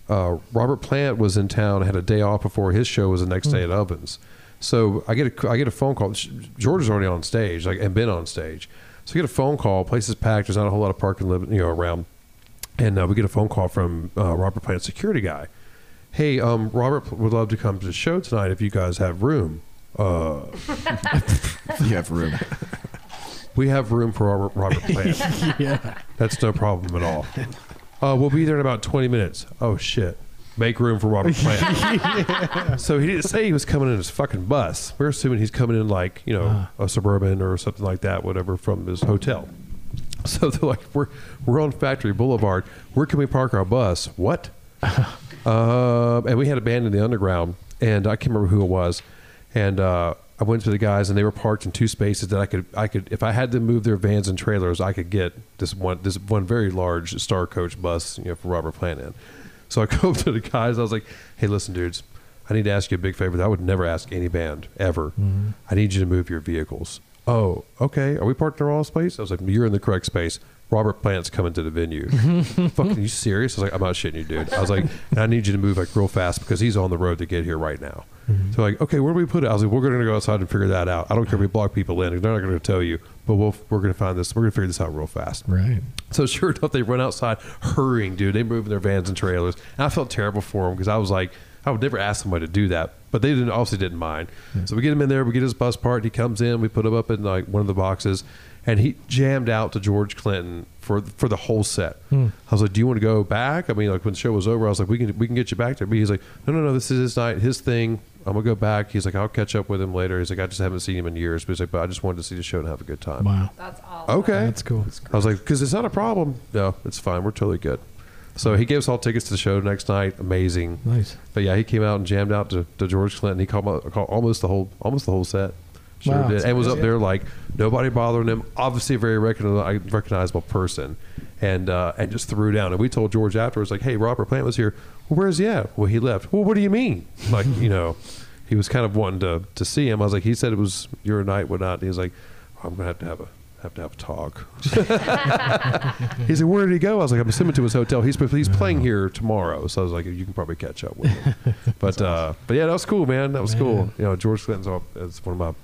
B: uh, Robert Plant was in town, had a day off before his show was the next day at Ovens. So I get a, I get a phone call. George is already on stage, like and been on stage. So I get a phone call. Place is packed. There's not a whole lot of parking, li- you know, around. And uh, we get a phone call from uh, Robert Plant, security guy. Hey, um, Robert would love to come to the show tonight if you guys have room. Uh,
E: You have room.
B: we have room for Robert, Robert Plant.
D: yeah.
B: That's no problem at all. Uh, we'll be there in about 20 minutes. Oh, shit. Make room for Robert Plant. So he didn't say he was coming in his fucking bus. We're assuming he's coming in like, you know, a suburban or something like that, whatever, from his hotel. [laughs] So they're like, we're, we're on Factory Boulevard. Where can we park our bus? What? uh, and we had a band in the underground, and I can't remember who it was. And uh, I went to the guys, and they were parked in two spaces that I could, I could, if I had them move their vans and trailers, I could get this one, this one very large Star Coach bus, you know, for Robert Plant in. So I [laughs] go up to the guys. I was like, "Hey, listen, dudes, I need to ask you a big favor that I would never ask any band ever. I need you to move your vehicles." Oh, okay. Are we parked in the wrong space? I was like, "You're in the correct space." Robert Plant's coming to the venue. Fucking, you serious? I was like, I'm not shitting you, dude. I was like, and I need you to move like real fast because he's on the road to get here right now. So like, okay, where do we put it? I was like, we're going to go outside and figure that out. I don't care if we block people in; they're not going to tell you. But we'll, we're going to find this. We're going to figure this out real fast.
D: Right.
B: So sure [laughs] enough, they run outside hurrying, dude. They move in their vans and trailers. And I felt terrible for them because I was like, I would never ask somebody to do that. But they didn't obviously didn't mind. So we get him in there, we get his bus part. He comes in, we put him up in like one of the boxes, and he jammed out to George Clinton for for the whole set.
D: Hmm.
B: I was like, "Do you want to go back?" I mean, like when the show was over, I was like, "We can we can get you back there." But he's like, "No, no, no. This is his night, his thing. I'm gonna go back." He's like, "I'll catch up with him later." He's like, "I just haven't seen him in years." But he's like, "But I just wanted to see the show and have a good time."
D: Wow.
C: That's all.
B: Okay,
D: That's cool.
B: I was like, because it's not a problem. No, it's fine. We're totally good. So he gave us all tickets to the show next night. Amazing.
D: Nice.
B: But yeah, he came out and jammed out to, to George Clinton. He called, my- called almost the whole almost the whole set. Sure
D: Wow.
B: did. And was up there like nobody bothering him. Obviously, a very recogni- recognizable person. And uh, and just threw down. And we told George afterwards, like, hey, Robert Plant was here. Well, where's he at? Well, he left. Well, what do you
D: [laughs]
B: mean? Like, you know, he was kind of wanting to, to see him. I was like, he said it was your night, whatnot. And he was like, I'm gonna have to have a have to have a talk. He said, "Where did he go?" I was like, "I'm assuming to his hotel. He's he's playing here tomorrow." So I was like, "You can probably catch up with him." But uh, but yeah, that was cool, man. That was cool. You know, George Clinton's all, it's one of my one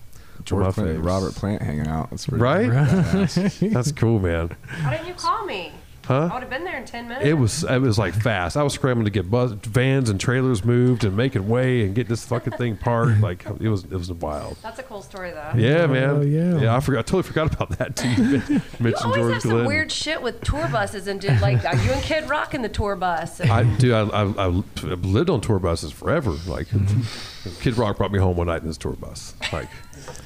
E: George
B: of my
E: Clinton, and
B: faves.
E: Robert Plant hanging out. That's pretty
B: Right?
E: badass.
B: That's cool, man.
C: Why didn't you call me? Huh? I would have been there in 10 minutes.
B: It was it was like fast. I was scrambling to get bus, vans and trailers moved and making way and get this fucking thing parked. Like it was it was wild.
C: That's a cool story, though.
B: Yeah, man.
D: Oh, yeah.
B: I forgot. I totally forgot about that. Too. You men-
C: You
B: mentioned
C: always
B: George
C: have some
B: Clinton.
C: weird shit with tour buses and dude, like, are you and Kid Rock in the tour bus? And
B: I do. I, I, I've lived on tour buses forever. Like, Kid Rock brought me home one night in his tour bus. Like,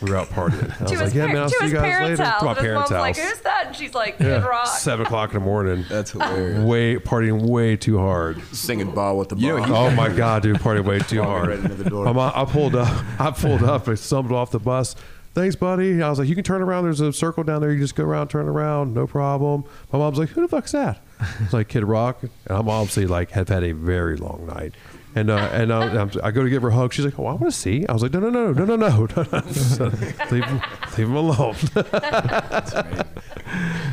B: we were out partying. I
C: to
B: was
C: his
B: like, "Yeah,
C: par-
B: man,
C: to
B: I'll see you
C: his
B: guys
C: parents'
B: later."
C: House.
B: To my
C: and his
B: parents'
C: mom's like,
B: house.
C: who's that? And she's like,
B: Yeah.
C: Kid Rock.
B: Seven o'clock in the morning.
G: That's hilarious.
B: Way partying way too hard.
G: Singing ball with the ball.
E: You know, he-
B: Oh my god, dude, party way too
G: Walking
B: hard.
G: right into the door.
B: I'm- i pulled up. I pulled up and stumbled off the bus. Thanks, buddy. I was like, you can turn around. There's a circle down there. You just go around, turn around, no problem. My mom's like, who the fuck's that? It's like Kid Rock, and I'm obviously like have had a very long night. And uh, and I, I'm, I go to give her a hug. She's like, oh, I want to see. I was like, no, no, no, no, no, no, no, [laughs] no. So, leave, him- leave him alone. [laughs]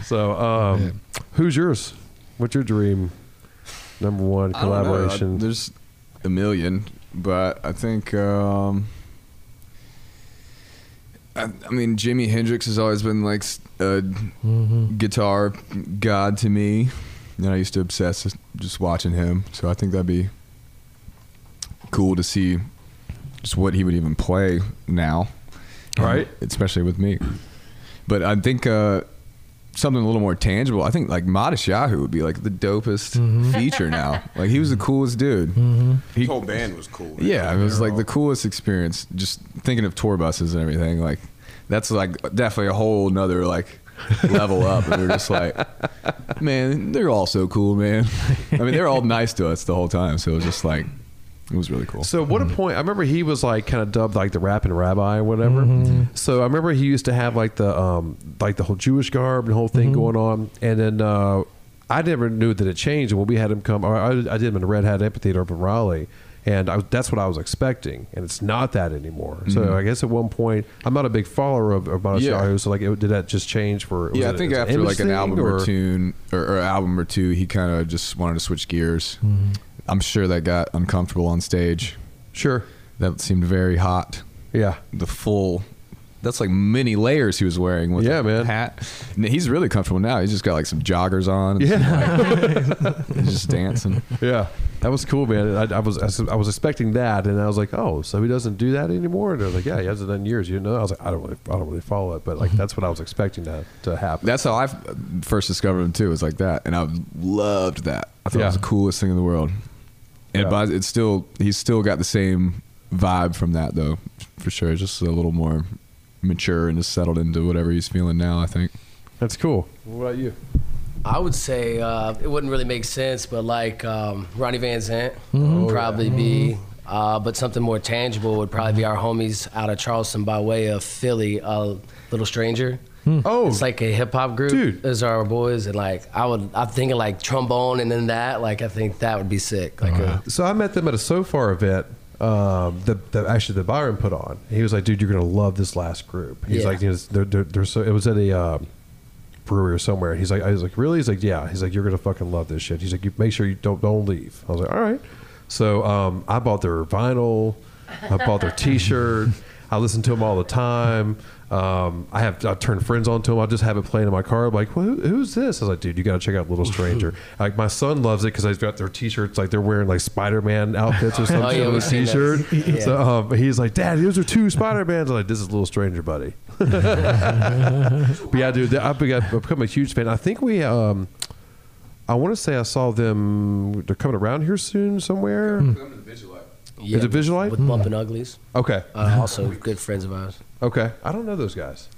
B: so, um, who's yours? What's your dream? Number one
E: I don't know.
B: collaboration.
E: I- There's a million, but I think. Um, I, I mean, Jimi Hendrix has always been like s- a guitar god to me, and I used to obsess with just watching him. So I think that'd be cool to see just what he would even play now,
B: Right.
E: Um, Especially with me. But I think uh, something a little more tangible. I think like Modest Yahoo would be like the dopest feature now. Like he was the coolest dude.
G: His whole band was cool. man.
E: Yeah, it
G: They
E: was
G: were
E: like the
G: all-
E: coolest experience. Just thinking of tour buses and everything, like that's like definitely a whole nother like level up. And we're just like, man, they're all so cool, man. I mean, they're all nice to us the whole time. So it was just like, it was really cool.
B: So what a point! I remember he was like kind of dubbed like the rapping rabbi or whatever.
E: Mm-hmm.
B: So I remember he used to have like the um like the whole Jewish garb and whole thing
E: Mm-hmm.
B: going on, and then uh, I never knew that it changed. And when we had him come, or I, I did him in the Red Hat Amphitheater up in Raleigh, and I, was- that's what I was expecting, and it's not that anymore. So I guess at one point I'm not a big follower of, of Bonus
E: Mm-hmm. Yeah.
B: Yahoo, so like it, did that just change for? was
E: yeah,
B: it-
E: I think
B: was it
E: after like an
B: image
E: album
B: thing,
E: or, tune or, or album or two, he kind of just wanted to switch gears.
B: Mm-hmm.
E: I'm sure that got uncomfortable on stage.
B: Sure.
E: That seemed very hot.
B: Yeah.
E: The full. That's like many layers he was wearing with
B: Yeah,
E: the
B: man.
E: hat. And he's really comfortable now. He's just got like some joggers on. and
B: Yeah.
E: He's [laughs] just dancing.
B: Yeah, that was cool, man. I, I was I was expecting that, and I was like, oh, so he doesn't do that anymore. And they're like, yeah, he hasn't done years. You know, I was like, I don't really, I don't really follow it, but like that's what I was expecting to to happen.
E: That's how I first discovered him too. It was like that, and I loved that. I thought it was
B: Yeah.
E: the coolest thing in the world. And
B: Yeah.
E: but it's still he's still got the same vibe from that though, for sure. Just a little more mature and just settled into whatever he's feeling now. I think.
B: that's cool. What about you?
F: I would say uh, it wouldn't really make sense, but like um, Ronnie Van Zant would probably be. Uh, but something more tangible would probably be our homies out of Charleston by way of Philly, uh, Little Stranger.
B: Oh,
F: Hmm. It's like a hip hop group.
B: Dude.
F: Those are our boys, and like I would, I'm thinking like trombone, and then that, like I think that would be sick. Like a,
B: uh, so I met them at a SoFar event. Um, that, that actually the Byron put on. He was like, dude, you're gonna love this last group. He's
F: Yeah.
B: like, you know, they're, they're, they're so. It was at a. Um, brewery or somewhere. He's like, I was like, really? He's like, yeah. He's like, you're gonna fucking love this shit. He's like, you make sure you don't don't leave. I was like, all right. So um, I bought their vinyl. I bought their T-shirt. I listen to them all the time. Um, I have I turn friends on to them. I just have it playing in my car. I'm like, well, who, who's this? I was like, dude, you got to check out Little Stranger. like my son loves it because he's got their T-shirts. Like they're wearing like Spider Man outfits or
F: [laughs] Oh,
B: something
F: yeah,
B: on
F: we've
B: his
F: seen those. [laughs]
B: T-shirt. So um, he's like, Dad, those are two Spider Mans. I'm like, this is Little Stranger, buddy. But yeah, dude, I've become, I've become a huge fan. I think we, um, I want to say I saw them. They're coming around here soon somewhere.
F: Yeah,
B: Is it Visualite? Mm-hmm.
F: With Bump and Uglies.
B: Okay,
F: Uh, also good friends of ours.
B: okay. I don't know those guys.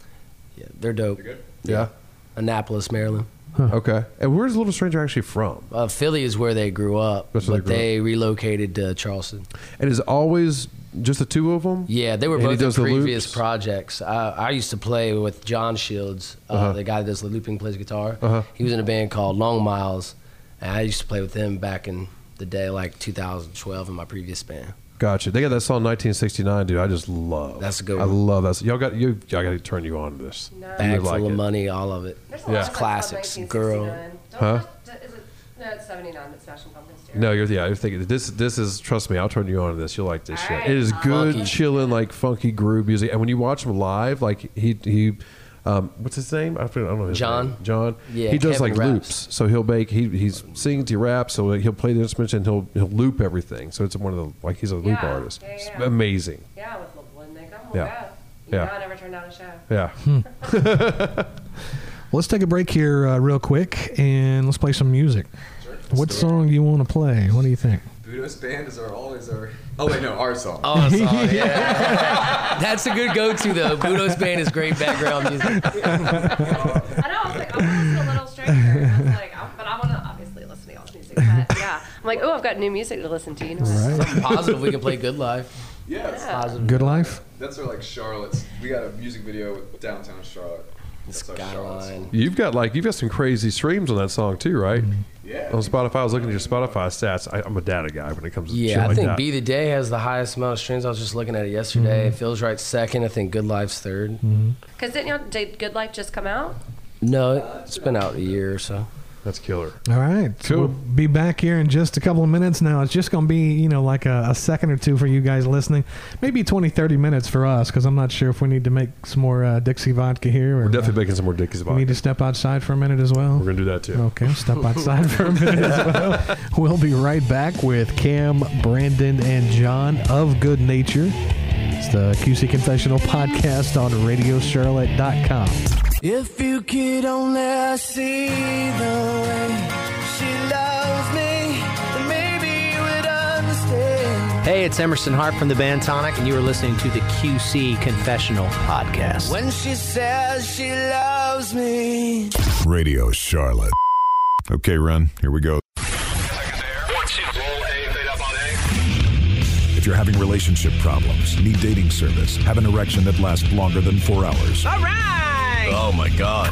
F: Yeah, they're dope.
B: Yeah.
F: Annapolis, Maryland.
B: Okay. And where's Little Stranger actually from?
F: Uh, Philly is where they grew up,
B: That's where
F: but
B: they grew
F: they relocated to Charleston.
B: And is it always just the two of them?
F: Yeah, they were
B: And he
F: both in
B: does the
F: previous
B: loops?
F: projects. I, I used to play with John Shields, uh, the guy that does the looping, plays guitar.
B: Uh-huh.
F: He was in a band called Long Miles, and I used to play with him back in the day, like 2012, in my previous band.
B: Gotcha. They got that song 1969, dude. I just love.
F: That's a good
B: I
F: one.
B: love that. Y'all got you. I got to turn you on to this.
C: No.
B: You would
F: Bag full
B: like
F: of
B: it.
F: money, all of it.
C: There's a lot
B: Yeah.
C: of them
F: Classics,
C: called
F: girl.
C: 1969. Don't-
B: Huh?
C: don't- is it- No, it's 79 that Smashing Pumpkins did.
B: No, you're yeah. You're thinking this. This is trust me. I'll turn you on to this. You'll like this shit.
C: Alright.
B: It is good,
F: Funky.
B: chilling, like funky groove music. And when you watch him live, like he he, um, what's his name? I, forget, I don't know. His
F: John.
B: name. John.
F: Yeah,
B: He does
F: Kevin
B: like
F: raps.
B: loops. So he'll make he he sings he raps. So he'll play the instruments and he'll he'll loop everything. So it's one of the like he's a loop
C: Yeah,
B: artist.
C: yeah,
B: It's
C: yeah.
B: amazing.
C: Yeah, with Linda. Come on,
B: Yeah.
C: go. You
B: Yeah.
C: know I never turned down a show.
B: Yeah.
D: Well, let's take a break here, uh, real quick, and let's play some music. What song do you want to play? What do you think?
E: Budo's band is our always our. Oh wait, no, our song.
B: [laughs]
F: Oh, sorry. yeah. That's a good go-to though. Budo's band is great background music.
C: I know. I was like, "Oh, I want to listen to Little Stranger. I was like, I- but I want to obviously listen to y'all's music. But yeah, I'm like, oh, I've got new music to listen to. You know, what?
D: Right.
F: Positive, we can play Good Life.
C: [laughs]
E: Yeah, it's-
C: Yeah.
D: [laughs]
F: Positive.
D: Good life.
E: that's our like Charlotte's. We got a music video with downtown Charlotte. That's our Charlotte's.
F: Skyline.
B: You've got like you've got some crazy streams on that song too, right?
E: Mm-hmm. Yeah.
B: On Spotify, I was looking at your Spotify stats. I, I'm a data guy when it comes to shit
F: Yeah, I
B: like
F: think
B: that.
F: Be the Day has the highest amount of streams. I was just looking at it
D: Mm-hmm.
F: yesterday. Feels Right second. I think Good Life's 3rd
C: Because didn't y'all did Good Life just come out?
F: No, it's been out a year or so.
B: That's killer.
D: All right. So
B: Cool.
D: we'll be back here in just a couple of minutes now. It's just going to be, you know, like a, a second or two for you guys listening. Maybe 20, 30 minutes for us because I'm not sure if we need to make some more uh, Dixie vodka here. Or,
B: We're definitely making some more dickies
D: uh, we
B: about
D: need to Oh.
B: it.
D: step outside for a minute as well.
B: We're gonna do that too.
D: Okay, step outside for a minute
B: [laughs]
D: as well. We'll be right back with Cam, Brandon, and John of Good Nature. It's the QC Confessional Podcast on RadioCharlotte.com.
H: If you could only see the way she loves me, then maybe you would understand.
I: Hey, it's Emerson Hart from the band Tonic, and you are listening to the QC Confessional Podcast.
H: When she says she loves me.
A: Radio Charlotte. Okay, Ren, here we go. If you're having relationship problems, need dating service, have an erection that lasts longer than four hours. All right! Oh my God.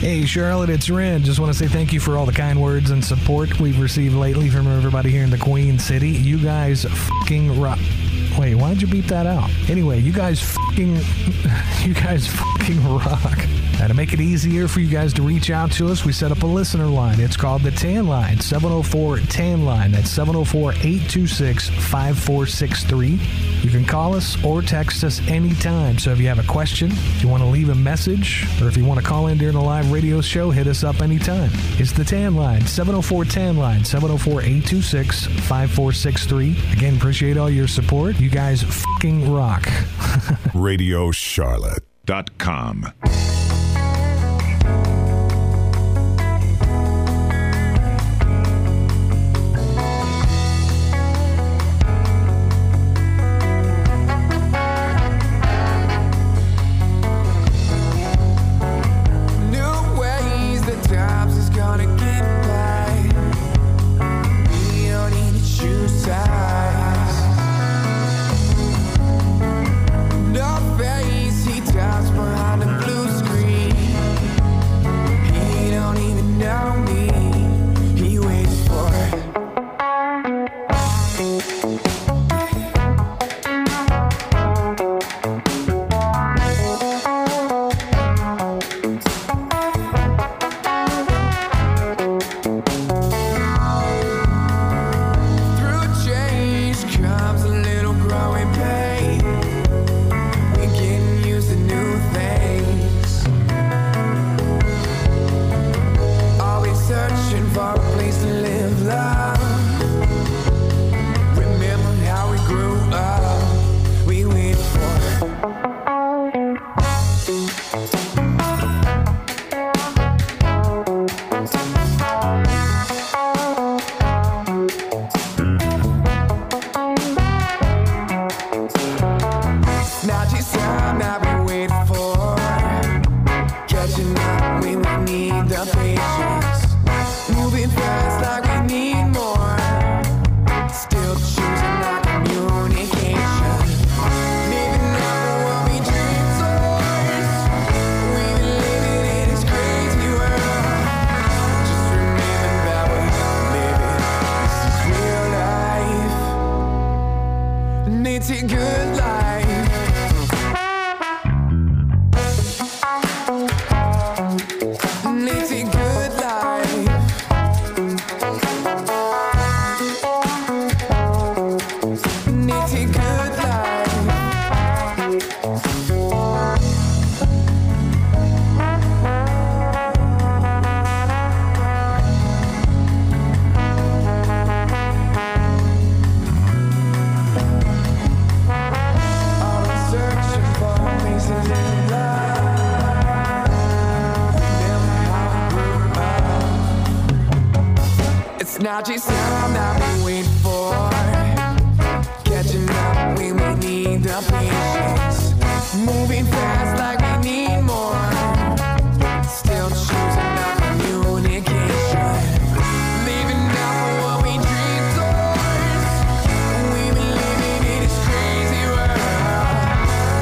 D: Hey, Charlotte, it's Ren. Just want to say thank you for all the kind words and support we've received lately from everybody here in the Queen City. You guys fucking rock. Wait, why'd you beat that out? Anyway, you guys fucking, [laughs] you guys fucking rock. Now, to make it easier for you guys to reach out to us, we set up a listener line. It's called the Tan Line, 704 Tan Line. That's 704 826 5463. You can call us or text us anytime. So if you have a question, if you want to leave a message, or if you want to call in during a live radio show, hit us up anytime. It's the Tan Line, 704 Tan Line, 704 826 5463. Again, appreciate all your support. You guys fucking rock.
A: RadioCharlotte.com.
H: New ways that times is gonna get by. We don't need to choose sides. No face, he dives behind the blue needs a good life. Needs a good life. Needs a good life. All I'm searching for is a little love. Remember how we grew up. It's not just time that we wait for. Catching up when we need the patience. Moving fast like we need more. Still choosing our communication. Leaving out for what we dream towards. We've been living in this crazy world.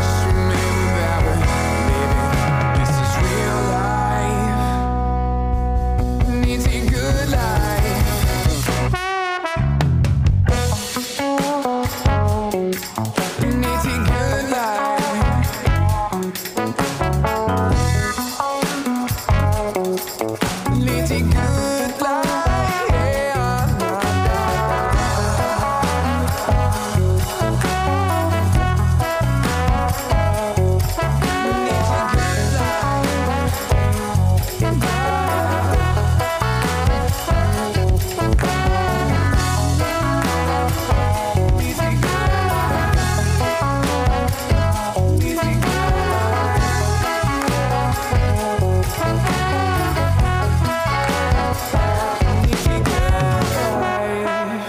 H: Just remember that we're living. This is real life. Needs a good life. Needs a good life. Needs a good life. Needs a good life. Needs a good life. Needs a good life. Needs a good life.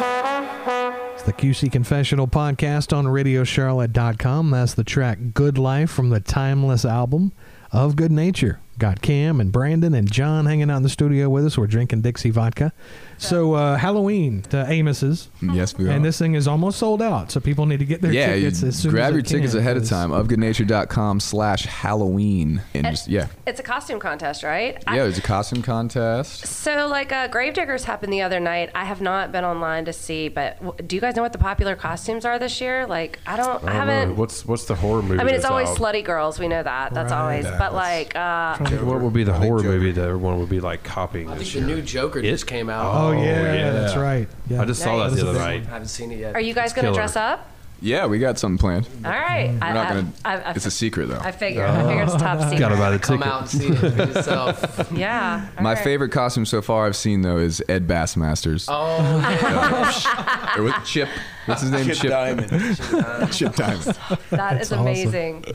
D: It's the QC Confessional Podcast on RadioCharlotte.com. That's the track Good Life from the Timeless album of Good Nature. Got Cam and Brandon and John hanging out in the studio with us. We're drinking Dixie vodka. So, uh, Halloween to Amos's.
E: [laughs] Mm, Yes, we are.
D: And this thing is almost sold out, so people need to get their
E: yeah, you
D: tickets as soon
E: grab
D: as they
E: your tickets
D: can,
E: ahead of
D: 'cause-
E: time. Ofgoodnature.com slash Halloween. And
C: And-
E: just, yeah.
C: It's a costume contest, right? I-
E: Yeah, it was a costume contest.
C: so, like, uh, Gravediggers happened the other night. I have not been online to see, but w- do you guys know what the popular costumes are this year? Like, I don't, I,
B: I don't know.
C: haven't.
B: What's what's the horror movie?
C: I mean, it's
B: that's
C: always
B: out?
C: slutty girls. We know that. That's always. But like, uh,
B: What would be the horror
G: Joker.
B: movie that everyone would be like copying
F: I
B: this
F: think the
B: year?
F: new Joker just came out.
D: Oh, yeah, that's right. Yeah.
B: I just saw
C: Nice.
B: that the
D: That
B: other
D: is a
B: night.
F: I haven't seen it yet.
C: are you guys going to
B: killer.
C: dress up?
E: Yeah, we got something planned.
C: All right. I,
E: We're not gonna.
C: I, I, I,
E: it's a secret though.
C: I figure.
E: [laughs]
C: I figure it's top secret.
B: Got to buy the
F: Come
B: ticket.
F: out and see it
D: [laughs]
F: uh, for yourself.
C: Yeah. all
E: My
C: right.
E: favorite costume so far I've seen though is Ed Bassmasters.
F: oh,
E: [laughs] Or was it Chip? What's his name?
G: Oh. Chip Diamond.
E: Chip
G: [laughs]
E: Diamond.
C: That
E: [laughs]
C: is
D: awesome.
C: amazing.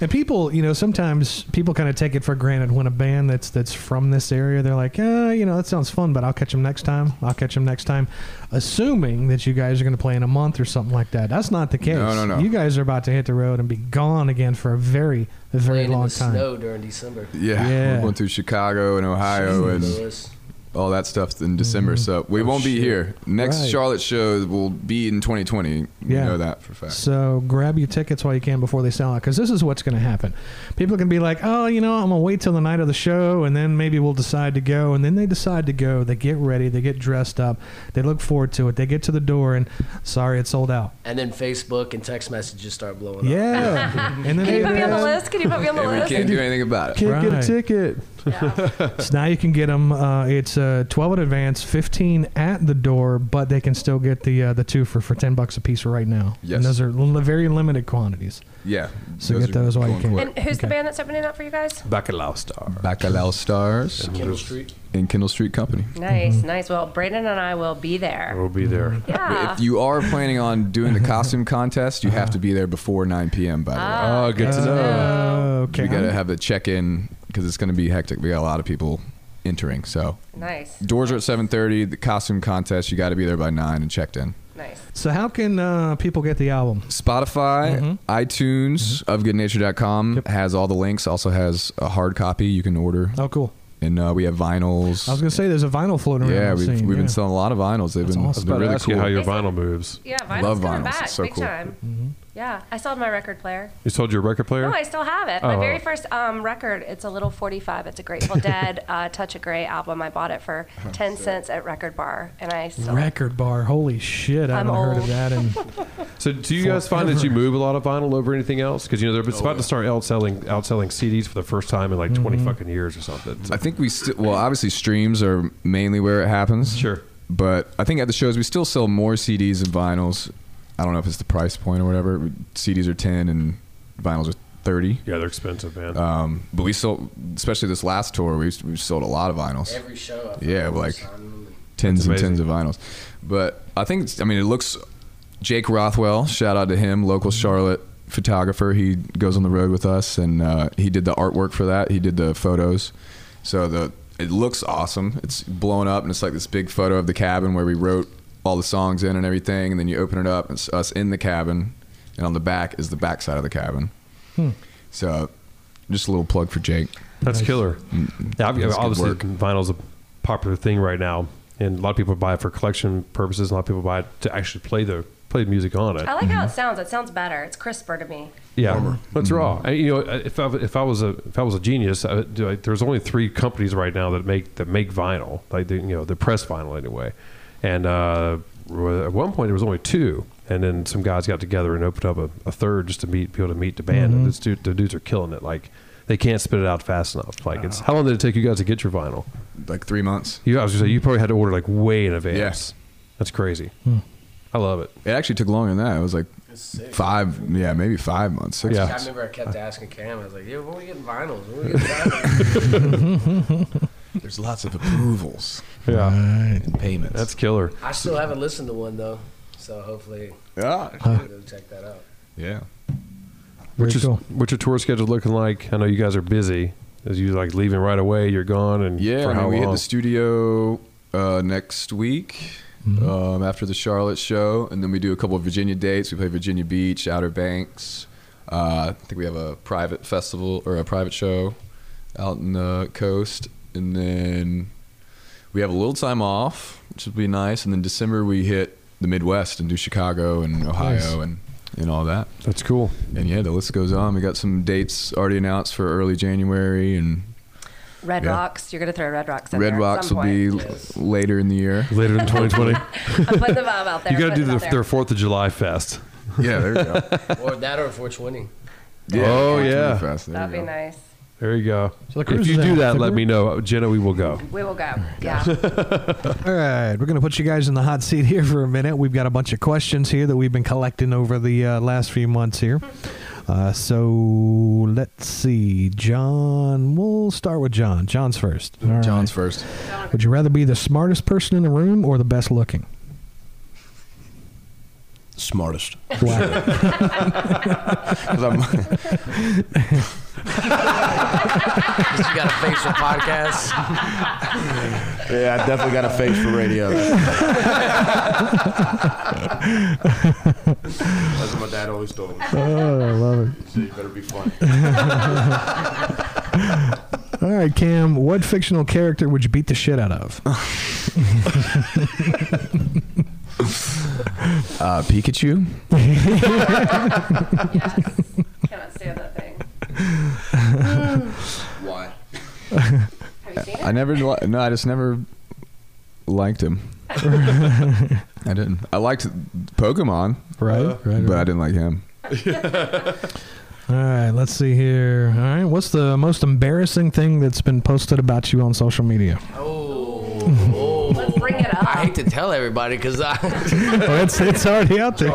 D: And people, you know, sometimes people kind of take it for granted when a band that's that's from this area, they're like, uh, you know, that sounds fun, but I'll catch them next time. I'll catch them next time, assuming that you guys are going to play in a month or something like that. That's not the case.
E: No, no, no.
D: You guys are about to hit the road and be gone again for a very, a very
F: playing in
D: long
F: the
D: time.
F: snow during December.
E: Yeah,
D: Yeah.
E: we're going through Chicago and Ohio and
F: Louis.
E: all that stuff in December. So we won't be here. Next
D: Oh, Right.
E: Charlotte shows will be in 2020. We
D: Yeah.
E: know that for a fact.
D: So grab your tickets while you can before they sell out, because this is what's going to happen. People can be like, "Oh, you know, I'm gonna wait till the night of the show, and then maybe we'll decide to go." And then they decide to go. They get ready. They get dressed up. They look forward to it. They get to the door, and sorry, it's
C: [laughs]
D: sold out.
F: And then Facebook and text messages start blowing up.
D: Yeah. and then
C: Can you
D: they
C: put me on the
D: ask,
C: list? Can you put me on the
E: And we
C: list?
E: can't do anything about it.
D: Can't get a Right.
E: ticket.
D: So now you can get them. Uh, it's uh, 12 in advance, 15 at the door, but they can still get the uh, the two for for 10 bucks a piece right now.
E: Yes.
D: And those are li- very limited quantities.
E: Yeah.
D: So get those while you can.
C: And who's the
D: Okay.
C: band that's opening up for you guys?
B: Bacalao Star.
E: Bacalao Stars
F: Kendall Street.
E: and Kendall Street Company.
C: Nice, nice. Well, Brandon and I will be there.
B: We'll
D: Mm-hmm.
B: be there.
C: Yeah.
E: Mm-hmm. If you are planning on doing the costume contest, you have to be there before 9 p.m. By the way.
C: Ah.
B: Oh, good to know.
C: Oh.
D: Uh, okay.
E: We got to have the check in because it's going to be hectic. We got a lot of people entering. So
C: nice,
E: doors are at 7:30. The costume contest. You got to be there by nine and checked in.
C: nice.
D: So how can uh, people get the album?
E: Spotify,
D: Mm-hmm.
E: iTunes, ofgoodnature.com has all the links. Also has a hard copy you can order,
D: Oh, cool.
E: and uh, we have vinyls.
D: I was gonna say there's a vinyl floating around.
E: yeah,
D: I've
E: we've,
D: seen,
E: we've
D: yeah.
E: been selling a lot of vinyls. They've
D: That's
E: been
D: awesome.
E: they're
B: But
E: really
B: ask
E: cool.
B: you how your vinyl moves.
C: Yeah, vinyl's
E: Love
C: coming
E: vinyls.
C: back
E: It's so
C: big
E: cool. Mm-hmm.
C: time. Yeah, I sold my record player.
B: You sold your record player?
C: No, I still have it.
B: Oh,
C: My
B: wow.
C: very first um, record. It's a little 45. It's a
E: [laughs]
C: Grateful Dead uh, Touch of Grey album. I bought it for
E: Oh,
C: 10 cents at Record Bar, and I still.
D: Record bar. Holy shit! I
C: I'm
D: haven't heard of
C: old.
D: that.
C: [laughs]
D: And
B: So, do you guys find that you move a lot of vinyl over anything else? Because you know they're
E: Oh,
B: about to start outselling outselling CDs for the first time in like twenty fucking years or something. So-
E: Mm-hmm. I think we still, well, obviously streams are mainly where it happens.
B: Sure.
E: But I think at the shows we still sell more CDs and vinyls. I don't know if it's the price point or whatever. CDs are 10 and vinyls are 30.
B: yeah, they're expensive, man.
E: Um, but we sold, especially this last tour, we, we sold a lot of vinyls.
F: Every show. I
E: Yeah,
F: fucking
E: like
F: sign them and-
E: tens and
B: That's
E: tens of vinyls. But I think it's- I mean it looks. Jake Rothwell, shout out to him, local Charlotte photographer. He goes on the road with us, and uh, he did the artwork for that. He did the photos, so the it looks awesome. It's blown up, and it's like this big photo of the cabin where we wrote all the songs in and everything. And then you open it up, and it's us in the cabin, and on the back is the back side of the cabin. So, just a little plug for Jake.
B: That's
D: Nice.
B: killer. Yeah, I've-
E: Mm-hmm. That's good
B: obviously,
E: work.
B: vinyl's a popular thing right now, and a lot of people buy it for collection purposes. A lot of people buy it to actually play the play the music on it.
C: I like
E: Mm-hmm.
C: how it sounds. It sounds better. It's crisper to me.
B: Yeah, that's raw. I, you know, if I, if I was a if I was a genius, I, would do- like, there's only three companies right now that make that make vinyl, like they, you know, the press vinyl anyway. And uh, at one point, there was only two, and then some guys got together and opened up a, a third just to meet be able to meet the band. And this dude, the dudes are killing it. Like they can't spit it out fast enough. Like it's how long did it take you guys to get your vinyl?
E: Like three months.
B: You I was gonna say you probably had to order like way in advance. That's crazy. I love it.
E: It actually took longer than that. It was like five, yeah, maybe five months, six.
B: Yeah.
F: I remember I kept asking Cam. I was like, "Yeah, when we getting vinyls?
D: [laughs]
F: When we getting vinyls?"
E: There's lots of approvals
B: Yeah,
E: and payments.
B: that's killer.
F: I still haven't listened to one though, so hopefully
E: yeah.
F: I'll go check that out.
E: yeah.
B: What's
D: Very
B: your,
D: cool.
B: what's your tour schedule looking like? I know you guys are busy. Is you like leaving right away? You're gone and
E: Yeah,
B: For
E: I mean,
B: how
E: we hit
B: long?
E: the studio uh, next week um, after the Charlotte show, and then we do a couple of Virginia dates. We play Virginia Beach, Outer Banks. Uh, I think we have a private festival or a private show out in the coast, and then we have a little time off, which will be nice. And then December we hit the Midwest and do Chicago and Ohio
D: Nice.
E: and and all that.
B: That's cool.
E: And yeah, the list goes on. We got some dates already announced for early January, and
C: Red
E: Yeah.
C: Rocks. You're gonna throw Red Rocks. In
E: Red
C: there
E: Rocks
C: at some
E: will be
C: point.
E: l- later in the year.
B: Later in 2020,
C: I'm putting the vibe out there.
B: you got to
C: putting
B: do
C: it
B: the,
C: out
B: their
C: there.
B: Fourth of July fest.
E: [laughs] Yeah, there you go.
F: Or that, or 420.
E: [laughs] Yeah,
B: Oh,
E: Fourth
B: yeah.
E: Tooth Fest, there
C: That'd
E: you
C: be
E: go.
C: nice.
B: There you go.
D: So the
B: if
D: cruise
B: you
D: is
B: do
D: in
B: that, let
D: February?
B: me know, Jenna. We will go.
C: We will go.
E: [laughs]
C: Yeah.
D: All right, we're going to put you guys in the hot seat here for a minute. We've got a bunch of questions here that we've been collecting over the uh, last few months here. Uh, so let's see. John, we'll start with John. John's first. All right.
E: John's first.
D: Would you rather be the smartest person in the room or the best
E: [laughs]
D: looking?
G: Smartest.
D: [laughs] Wow.
G: 'Cause I'm-
F: At least you got a face for podcasts.
G: yeah, I definitely got a face for
D: [laughs]
G: radio. That's what my dad always told me.
D: oh, I love it.
G: So you better be funny.
D: All right, Cam, what fictional character would you beat the shit out [laughs] of?
E: Uh, Pikachu.
C: yes. Cannot stand that thing.
E: [laughs]
C: Hmm.
G: Why?
C: Have you seen it?
E: I never. li- No, I just never
C: [laughs]
E: liked him. [laughs] I didn't. I liked Pokemon,
D: Right? right,
E: but I
D: right.
E: didn't like him.
D: All right, let's see here. All right, what's the most embarrassing thing that's been posted about you on social [laughs] media?
F: Oh,
C: Let's bring it up.
F: I hate to tell everybody because I.
D: Oh, it's, it's already out there.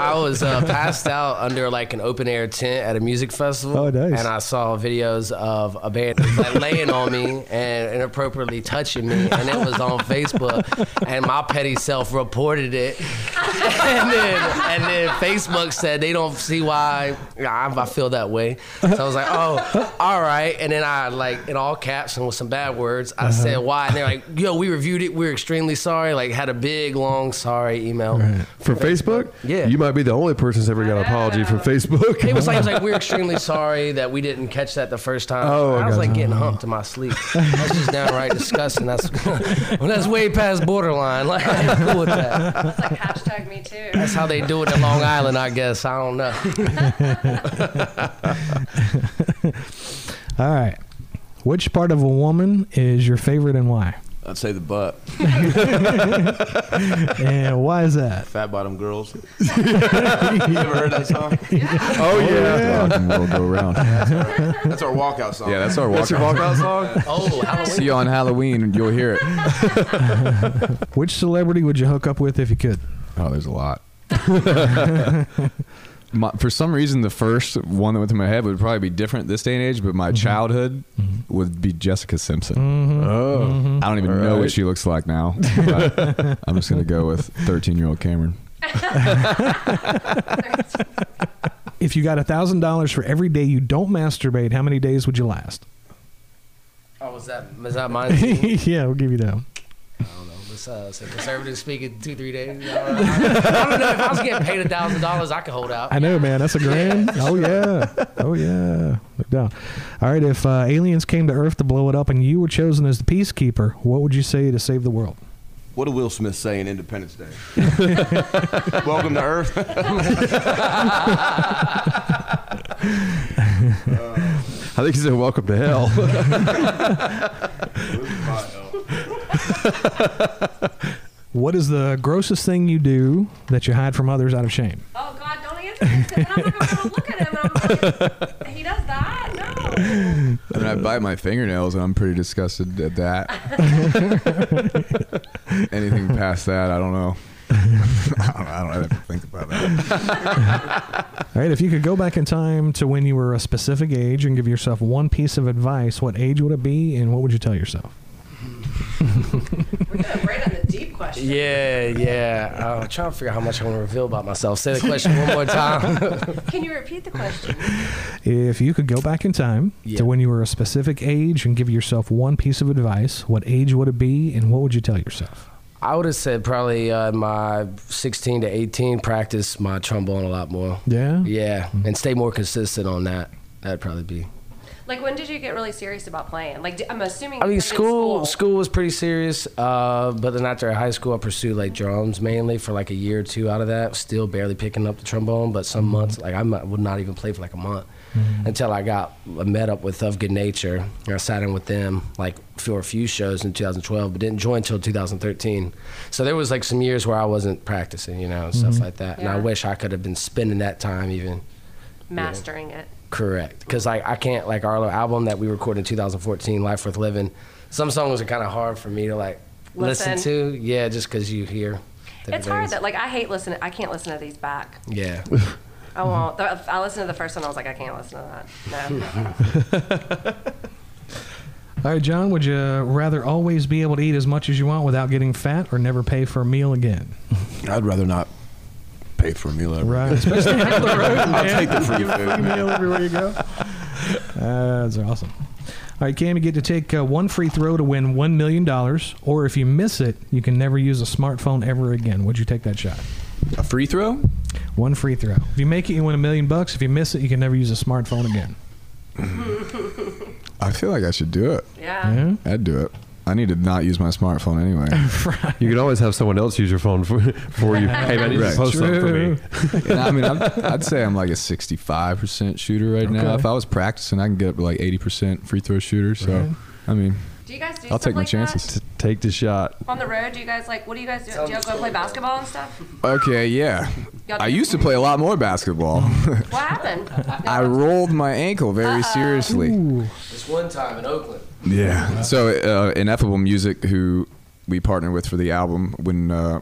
F: I was uh, passed out under like an open air tent at a music festival.
D: Oh, nice.
F: And I saw videos of a band like, laying on me and inappropriately touching me, and it was on Facebook. And my petty self reported it, [laughs] and then and then Facebook said they don't see why I, I feel that way. So I was like, oh, all right.
D: Uh-huh.
F: And then I like in all caps and with some bad words, I said why, and they're like, yo, we reviewed it. We're extremely sorry. Like had a big long sorry email.
B: From Facebook?
F: Yeah.
B: You might be the only person who's ever got an apology from Facebook.
F: It was like, it was like we're extremely sorry that we didn't catch that the first time.
B: Oh, I
F: I was
B: got
F: like
B: you.
F: getting humped in my sleep. That's just downright disgusting. That's [laughs] well, that's way past borderline. Like I'm cool with that.
C: It's like hashtag me too.
F: That's how they do it in Long Island, I guess. I don't know.
D: All right. Which part of a woman is your favorite and why?
G: I'd say the butt.
D: and why is that?
G: Fat bottom [laughs] girls. you ever heard that song?
B: oh, yeah.
E: We'll go [laughs] around.
G: That's our walkout song.
E: Yeah, that's our walkout.
B: That's your walkout song?
F: Oh, Halloween.
E: See you on Halloween. You'll hear it.
D: Which celebrity would you hook up with if you could?
E: Oh, there's a lot. [laughs] my, for some reason, the first one that went through my head would probably be different this day and age, but my childhood would be Jessica Simpson.
B: Oh.
E: I don't even
B: All
E: know
B: right.
E: what she looks like [laughs] now. but I'm just going to go with 13 year old Cameron.
D: If you got a thousand dollars for every day you don't masturbate, how many days would you last? [laughs]
F: Oh, was that was that mine? too?
D: yeah, we'll give you that. one.
F: Let's uh, say conservative speaking two three days. I don't know. I don't know if I was getting paid a thousand dollars, I could hold out.
D: I know, man. That's a grand. oh yeah. Oh yeah. Look down. All right. If uh, aliens came to Earth to blow it up and you were chosen as the peacekeeper, what would you say to save the world?
G: What did Will Smith say in Independence Day? [laughs] Welcome to Earth.
B: [laughs] I think he said, Welcome to hell.
E: [laughs]
D: What is the grossest thing you do that you hide from others out of shame?
C: Oh God, don't answer this 'cause then I'm not gonna wanna look at him. And I'm like, [laughs] he does that? No.
E: I mean, I bite my fingernails, and I'm pretty disgusted at [laughs] that. Anything past that, I don't [laughs] know. I, don't, I don't have to think about that.
D: All right. If you could go back in time to when you were a specific age and give yourself one piece of advice, what age would it be, and what would you tell yourself?
C: We're going right on the deep question.
F: Yeah, yeah. I'm trying to figure out how much I want to reveal about myself. Say the question one more time.
C: [laughs] Can you repeat the question?
D: If you could go back in time
F: Yeah.
D: to when you were a specific age and give yourself one piece of advice, what age would it be, and what would you tell yourself?
F: I would have said probably uh, my 16 to 18 practice my trombone a lot more.
D: Yeah.
F: Yeah, and stay more consistent on that. That'd probably be.
C: Like, when did you get really serious about playing? Like, d- I'm assuming.
F: I
C: you
F: mean,
C: started in
F: school school was pretty serious, uh, but then after high school, I pursued like drums mainly for like a year or two. Out of that, still barely picking up the trombone, but some months like I might- would not even play for like a month until I got I met up with Of Good Nature. And I sat in with them like for a few shows in 2012, but didn't join until 2013. So there was like some years where I wasn't practicing, you know, and stuff like that. And I
C: Yeah.
F: wish I could have been spending that time even.
C: Mastering it.
F: Correct. Because like I can't like our album that we recorded in 2014, Life Worth Living. Some songs are kind of hard for me to like listen,
C: Listen.
F: to. Yeah, just because you hear. different
C: It's hard
F: things.
C: that, like, I hate listening. I can't listen to these back.
F: Yeah.
C: I won't. Th- I listened to the first one. I was like, I can't listen to that. No.
D: All right, John, would you rather always be able to eat as much as you want without getting fat or never pay for a meal again?
G: I'd rather not pay for a meal. ever. [laughs]
D: Right. Especially
G: I'll take the free food. man.
D: meal everywhere you go. Uh, that's awesome. All right, Cam, you get to take uh, one free throw to win $1 million, or if you miss it, you can never use a smartphone ever again. Would you take that shot?
E: A free throw?
D: One free throw. If you make it, you win a million bucks. If you miss it, you can never use a smartphone again.
E: I feel like I should do it.
C: Yeah.
D: Yeah?
E: I'd do it. I need to not use my smartphone anyway.
B: you can always have someone else use your phone for, for
E: [laughs]
B: you. Hey, man, you
E: Right.
B: just post something for
D: True.
B: me.
E: And I mean, I'm, I'd say I'm like a 65% shooter right now.
D: Okay.
E: If I was practicing, I can get up to like 80% free throw shooter. So, I mean,
C: Do you guys do
E: I'll
C: stuff
E: take my
C: like
E: chances.
B: T- Take the shot.
C: that? On the road, do you guys, like, what do you guys do? Do you go play basketball and stuff?
E: Okay, yeah.
C: Y'all
E: I
C: do-
E: used to play a lot more basketball.
C: What happened?
E: I rolled my ankle very seriously.
F: [laughs] This one time in Oakland.
E: Yeah. So, uh, Ineffable Music, who we partnered with for the album, when uh,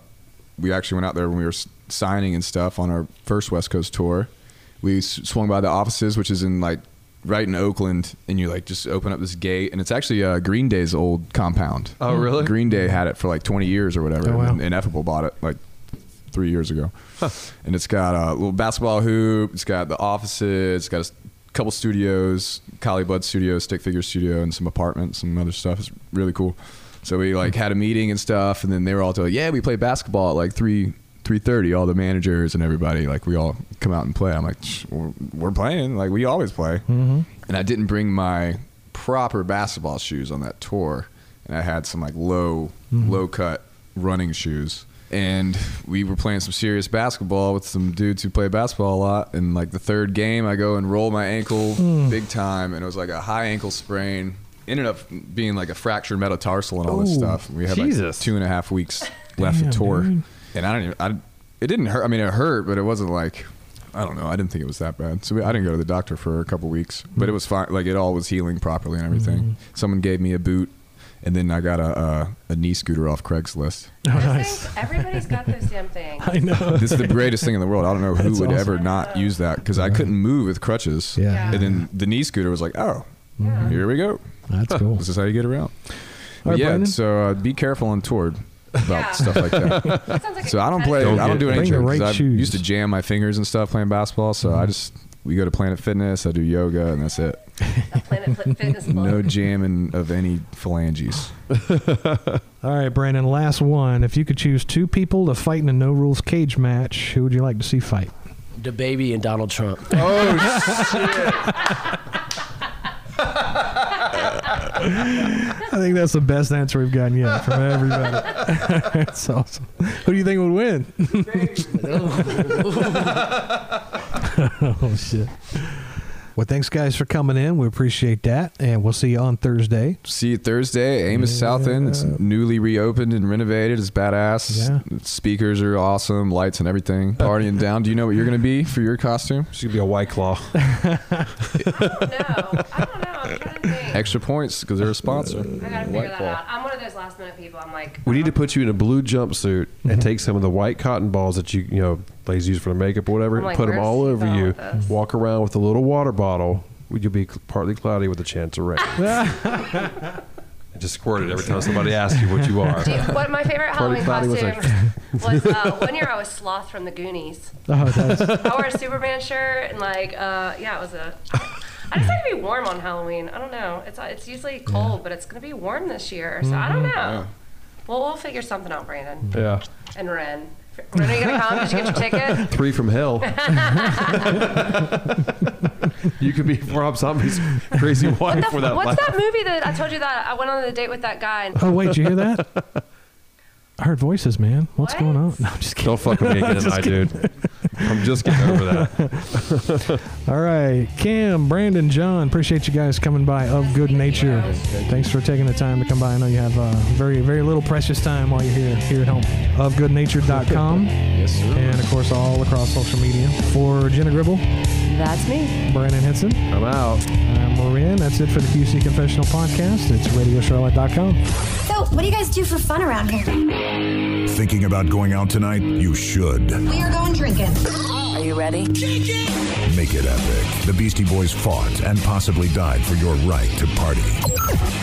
E: we actually went out there when we were s- signing and stuff on our first West Coast tour, we s- swung by the offices, which is in like right in Oakland, and you like just open up this gate, and it's actually uh, Green Day's old compound.
B: Oh, really?
E: Green Day had it for like 20 years or whatever.
D: Oh, wow.
E: and Ineffable bought it like three years ago. And it's got a little basketball hoop. It's got the offices. It's got a s- couple studios, Collie Bud Studio, Stick Figure Studio, and some apartments and other stuff. It's really cool. So we like had a meeting and stuff, and then they were all like, "Yeah, we play basketball at like three three thirty. All the managers and everybody like we all come out and play." I'm like, "Shh, "We're, we're playing. Like we always play." Mm-hmm. And I didn't bring my proper basketball shoes on that tour, and I had some like low low cut running shoes. And we were playing some serious basketball with some dudes who play basketball a lot. And like the third game, I go and roll my ankle big time, and it was like a high ankle sprain. Ended up being like a fractured metatarsal and all this
D: Ooh,
E: stuff. We had
B: Jesus.
E: like two and a half weeks left
D: Damn,
E: of tour,
D: dude.
E: and I don't even. I, it didn't hurt. I mean, it hurt, but it wasn't like I don't know. I didn't think it was that bad. So we, I didn't go to the doctor for a couple weeks, but it was fine. Like it all was healing properly and everything.
D: Mm-hmm.
E: Someone gave me a boot, and then I got a uh, a knee scooter off Craigslist.
D: Oh,
C: Those
D: nice.
C: things- everybody's got those damn things.
D: I know.
E: This
D: [laughs]
E: is the greatest thing in the world. I don't know who
D: That's
E: would
D: awesome.
E: ever not use that because I couldn't move with crutches.
D: Yeah.
E: And then the knee scooter was like, oh,
C: Yeah.
E: here we go.
D: That's cool.
E: This is how you get around.
D: All right,
E: yeah.
D: Brandon.
E: So uh, be careful on tour about
C: Yeah.
E: stuff like that.
C: That sounds like a
E: So I don't play.
C: competitive-
E: I don't
B: get-
E: do
D: bring
E: any
D: the right
E: I
D: shoes.
E: used to jam my fingers and stuff playing basketball. So I just we go to Planet Fitness. I do yoga and that's it.
C: a [laughs] Planet Fit- Fitness Club.
E: No jamming of any phalanges.
D: All right, Brandon, last one. If you could choose two people to fight in a no rules cage match, who would you like to see fight?
F: The baby and Donald Trump.
D: I think that's the best answer we've gotten yet from everybody. [laughs] that's awesome. Who do you think would [laughs] win? oh, shit. Well, thanks, guys, for coming in. We appreciate that. And we'll see you on Thursday.
E: See you Thursday, Amos South End. It's newly reopened and renovated. It's badass.
D: Yeah. Uh,
E: Speakers are awesome, lights and everything. Partying down. Do you know what you're gonna be for your costume?
B: She's gonna be a white claw.
C: No, I don't know. I'm trying to think.
E: Extra points because they're a sponsor.
C: I gotta figure
E: White
C: that
E: claw.
C: out. I'm one of those last minute people. I'm like, um,
B: We need to put you in a blue jumpsuit and take some of the white cotton balls that you you know ladies use for their makeup or whatever,
C: I'm like,
B: put them
C: where's
B: all
C: he
B: over
C: going
B: you.
C: with this?
B: Walk around with a little water bottle. You'll be cl- partly cloudy with a chance of rain. and just squirt it every time somebody asks you what you are.
C: Do you- [laughs] what my favorite
B: Party
C: Halloween
B: Cloudy was
C: costume was,
B: [laughs]
C: uh, one year I was Sloth from the Goonies.
D: Oh,
C: [laughs]
D: that's,
C: I wore a Superman shirt and like, uh, yeah, it was a. I just like to be warm on Halloween. I don't know. It's it's usually cold, but it's gonna be warm this year, so I don't know. Well, we'll figure something out, Brandon
B: Yeah,
C: and Ren. Ren, are you gonna come? Did you get your
B: [laughs]
C: ticket?
B: three from hell. you could be Rob Zombie's crazy wife
C: What the
B: for
C: f-
B: that.
C: what's
B: laugh.
C: that movie that I told you that I went on a date with that guy? And,
D: oh, wait, did you hear that? [laughs] I heard voices, man. What's
C: What?
D: going on? [laughs] No, I'm just kidding.
B: Don't fuck with me again, I dude. I'm just getting over that.
D: All right, Cam, Brandon, John, appreciate you guys coming by of good nature. Thanks for taking the time to come by. I know you have uh, very, very little precious time while you're here here at home. Ofgoodnature.com,
E: Yes, sir.
D: and of course all across social media. For Jenna Gribble,
C: That's me.
D: Brandon Henson,
B: I'm out.
D: I'm Marin. That's it for the QC Confessional Podcast. It's RadioCharlotte.com.
J: So, what do you guys do for fun around here?
A: Thinking about going out tonight? You should.
J: We are going drinking.
K: Are you ready?
A: Make it epic. The Beastie Boys fought and possibly died for your right to party.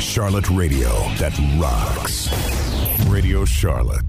A: Charlotte Radio that rocks. Radio Charlotte.